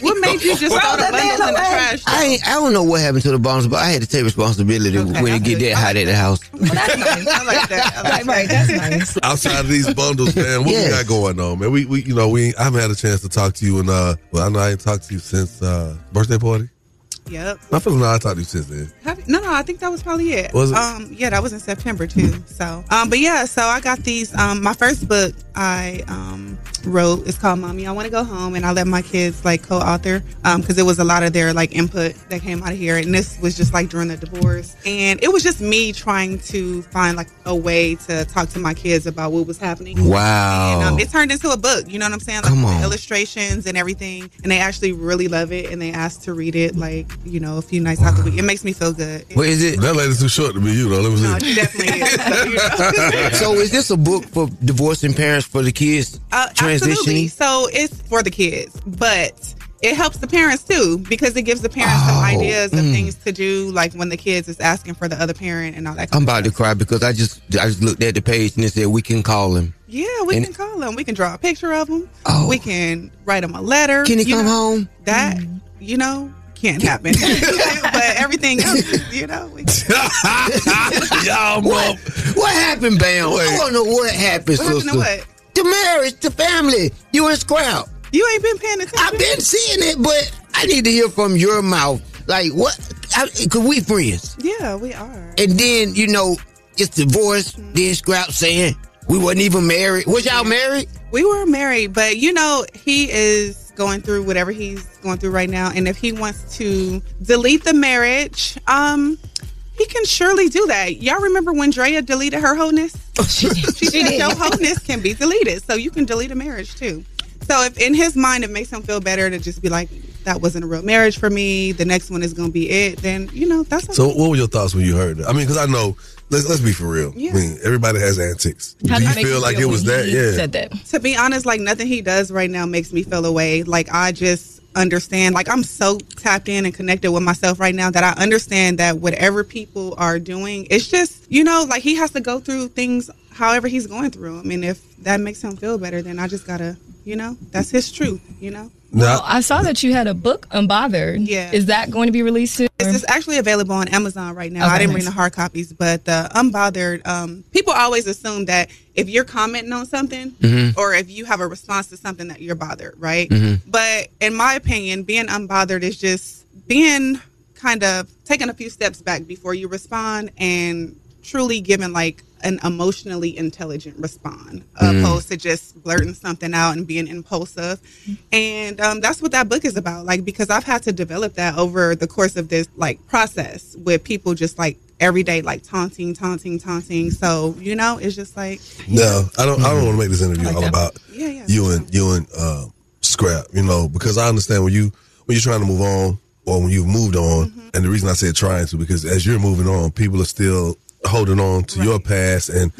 what made you just throw the bundles in the trash?
I ain't, I don't know what happened to the bones, but I had to take responsibility when it get that hot at the house.
I like that. I like that.
outside of these bundles, man. What we got going on, man? We, we you know, we I haven't had a chance to talk to you, and uh, well, I know I ain't talked to you since uh birthday party.
Yep.
I feel like I talked to you since then.
Have- no, no, I think that was probably it.
Was it?
Um, yeah, that was in September too. So, um, but yeah, so I got these. Um, my first book I um wrote is called "Mommy, I Want to Go Home," and I let my kids like co-author um because it was a lot of their like input that came out of here, and this was just like during the divorce, and it was just me trying to find like a way to talk to my kids about what was happening.
Wow.
And um, it turned into a book. You know what I'm saying? Like
Come
with
on.
illustrations and everything. And they actually really love it. And they asked to read it like, you know, a few nights out the week. It makes me feel good.
What is it?
That lady's too short to be you, though. Let me see.
It definitely is. So, you know.
so is this a book for divorcing parents for the kids
Uh, absolutely.
transitioning?
So it's for the kids, but it helps the parents too because it gives the parents some ideas of
mm.
things to do, like when the kids is asking for the other parent and all that. kind
I'm about to cry because I just I just looked at the page and it said we can call him.
of- Yeah, we
And- Oh.
can call them. We can draw a picture of them. We can write them a letter.
Can he
you
come
know,
home?
That you know can't happen. but everything else, is, you know. We
Y'all,
what, what happened, Bam? I want to know what happened,
What happened to
sister.
what?
The marriage, the family, you and Scrap.
You ain't been paying attention.
I've been seeing it, but I need to hear from your mouth. Like what? I, Cause we friends,
Yeah, we are.
and then you know it's divorce. Then Scrap saying we wasn't even married. Was y'all married?
We were married, but you know, he is going through whatever he's going through right now. And if he wants to delete the marriage, um, he can surely do that. Y'all remember when Drea deleted her wholeness? she said
did.
your wholeness can be deleted. So you can delete a marriage too. So if in his mind it makes him feel better to just be like, that wasn't a real marriage for me, the next one is gonna be it, then you know, that's
So, what were your thoughts when you heard that? I mean, because I know, let's, let's be for real. I mean, everybody has antics. Do you feel like it was that? Yeah.
To be honest, like nothing he does right now makes me feel away. Like I just understand. Like I'm so tapped in and connected with myself right now that I understand that whatever people are doing, it's just you know like he has to go through things however he's going through. I mean, if that makes him feel better, then I just gotta you know that's his truth. You know.
Well, I saw that you had a book, Unbothered.
Yeah.
Is that going to be released soon?
It's just actually available on Amazon right now.
Okay,
I didn't bring
nice.
the hard copies, but the unbothered. Um, people always assume that if you're commenting on something
Mhm.
or if you have a response to something that you're bothered, right?
Mhm.
But in my opinion, being unbothered is just being kind of taking a few steps back before you respond and truly giving like an emotionally intelligent respond
Mm.
opposed to just blurting something out and being impulsive and um, that's what that book is about like because i've had to develop that over the course of this like process with people just like every day like taunting taunting taunting so you know it's just like
No, I don't. I don't want to make this interview all about you and you and uh, scrap. You know, because I understand when you when you're trying to move on or when you've moved on, and the reason I said trying to because as you're moving on, people are still holding on to your past, and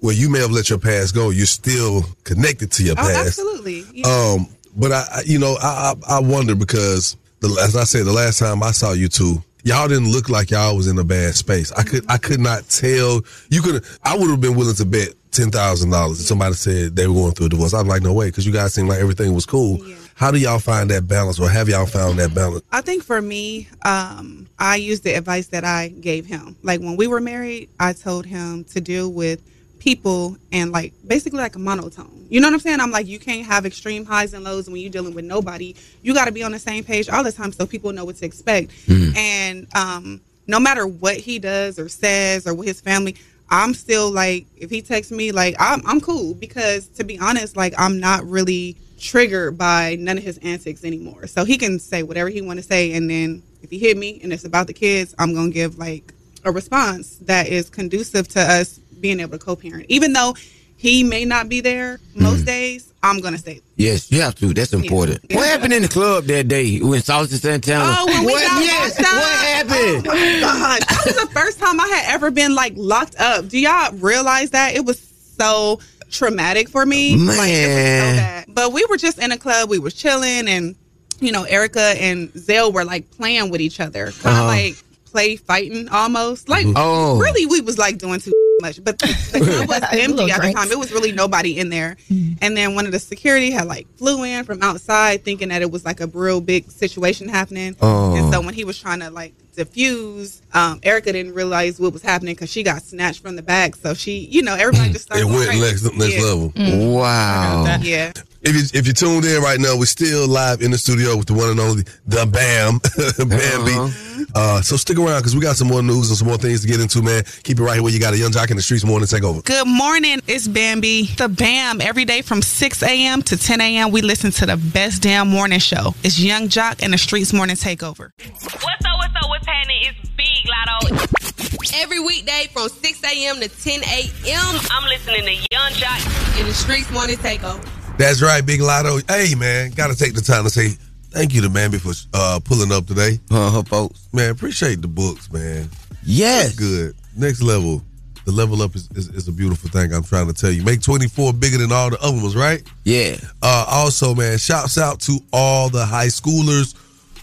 where you may have let your past go, you're still connected to your
oh
past.
absolutely
Um, but I, I- you know, I, I I wonder because the as I said the last time I saw you two, y'all didn't look like y'all was in a bad space. I could I could not tell. You could I would have been willing to bet ten thousand dollars if somebody said they were going through a divorce. I'm like no way because you guys seemed like everything was cool. How do y'all find that balance, or have y'all found that balance?
I think for me, um, I used the advice that I gave him. Like when we were married, I told him to deal with people and like basically like a monotone. You know what I'm saying? I'm like, you can't have extreme highs and lows when you're dealing with nobody. You got to be on the same page all the time so people know what to expect.
Mhm.
And um, no matter what he does or says or with his family, I'm still like, if he texts me, like I'm I'm cool because to be honest, like I'm not really triggered by none of his antics anymore. So he can say whatever he want to say, and then if he hit me and it's about the kids, I'm gonna give like a response that is conducive to us being able to co-parent. Even though he may not be there most days, I'm gonna stay.
Yes, you have to. That's important. What hantano? happened in the club that day when Saucy Santana?
Oh, when we
What?
got
Yes.
locked up.
What happened?
Oh my God. That was the first time I had ever been like locked up. Do y'all realize that? It was so traumatic for me. Like, it was so bad. But we were just in a club, we were chilling, and you know, Erica and Zell were like playing with each other. Kind of
Uh-huh.
like play fighting almost. Like
Oh.
really we was like doing too much. But the club was empty at the time. It was really nobody in there. And then one of the security had like flew in from outside thinking that it was like a real big situation happening.
Oh.
And so when he was trying to like diffuse, um, Erica didn't realize what was happening because she got snatched from the back. So she, you know, everybody just started.
It went
going
next
crazy.
next
Yeah.
level.
Mm.
Oh.
Wow.
Yeah.
If you if you tuned in right now, we're still live in the studio with the one and only the Bam Bambi. Uh, so stick around because we got some more news and some more things to get into, man. Keep it right here where you got a young jock in the streets morning takeover.
Good morning. It's Bambi. The BAM. Every day from 6 a.m. to 10 a.m., we listen to the best damn morning show. It's Young Jock and the Streets Morning Takeover.
What's up, what's up, what's happening? It's Big Lotto. Every weekday from 6 a.m. to 10 a.m. I'm listening to Young Jock in the Streets Morning Takeover.
That's right, Big Lotto. Hey man, gotta take the time to say thank you to Bambi for uh, pulling up today.
Uh, folks,
man, appreciate the books, man.
Yes,
good. Next level. The level up is, is, is a beautiful thing. I'm trying to tell you. Make 24 bigger than all the other ones, right?
Yeah.
Uh, also, man, shouts out to all the high schoolers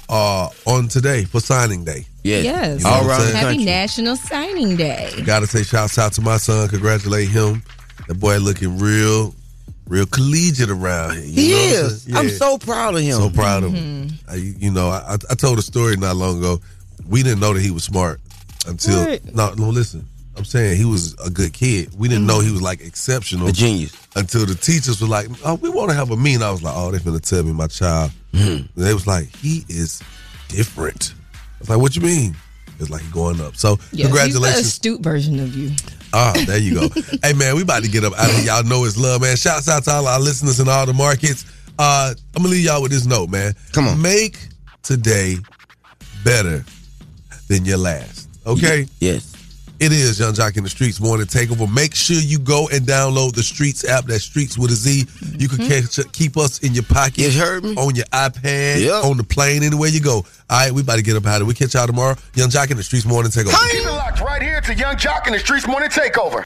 uh, on today for signing day.
Yes.
Yes.
all right.
Happy National Signing Day.
Gotta say shouts out to my son. Congratulate him. That boy looking real, real collegiate around here. You
He
know what I'm
is.
saying?
I'm
Yeah.
so proud of him. Mm-hmm.
So proud of him. I, you know, I, I- I told a story not long ago. We didn't know that he was smart until
Right.
no, no. Listen, I'm saying he was a good kid. We didn't know
Mm-hmm.
he was like exceptional,
A genius.
Until the teachers were like, "Oh, we want to have a meeting." I was like, "Oh, they're gonna tell me my child." And
Mm-hmm.
they was like, "He is different." I was like, "What you mean?" It's like he going up. So
Yes, He's the
congratulations.
astute version of you.
Ah, there you go. hey man, we about to get up out of here. Y'all know it's love, man. Shouts out to all our listeners in all the markets. Uh, I'm gonna leave y'all with this note, man. Come on. Make today better than your last. Okay?
Yes.
It is Young Jock in the Streets Morning Takeover. Make sure you go and download the Streets app. That Streets with a Z. You can catch, uh, keep us in your pocket, on your iPad, on the plane, anywhere you go. All right, we about to get up out of here. We catch y'all tomorrow. Young Jock in the Streets Morning Takeover.
Keep it locked right here to Young Jock and the Streets Morning Takeover.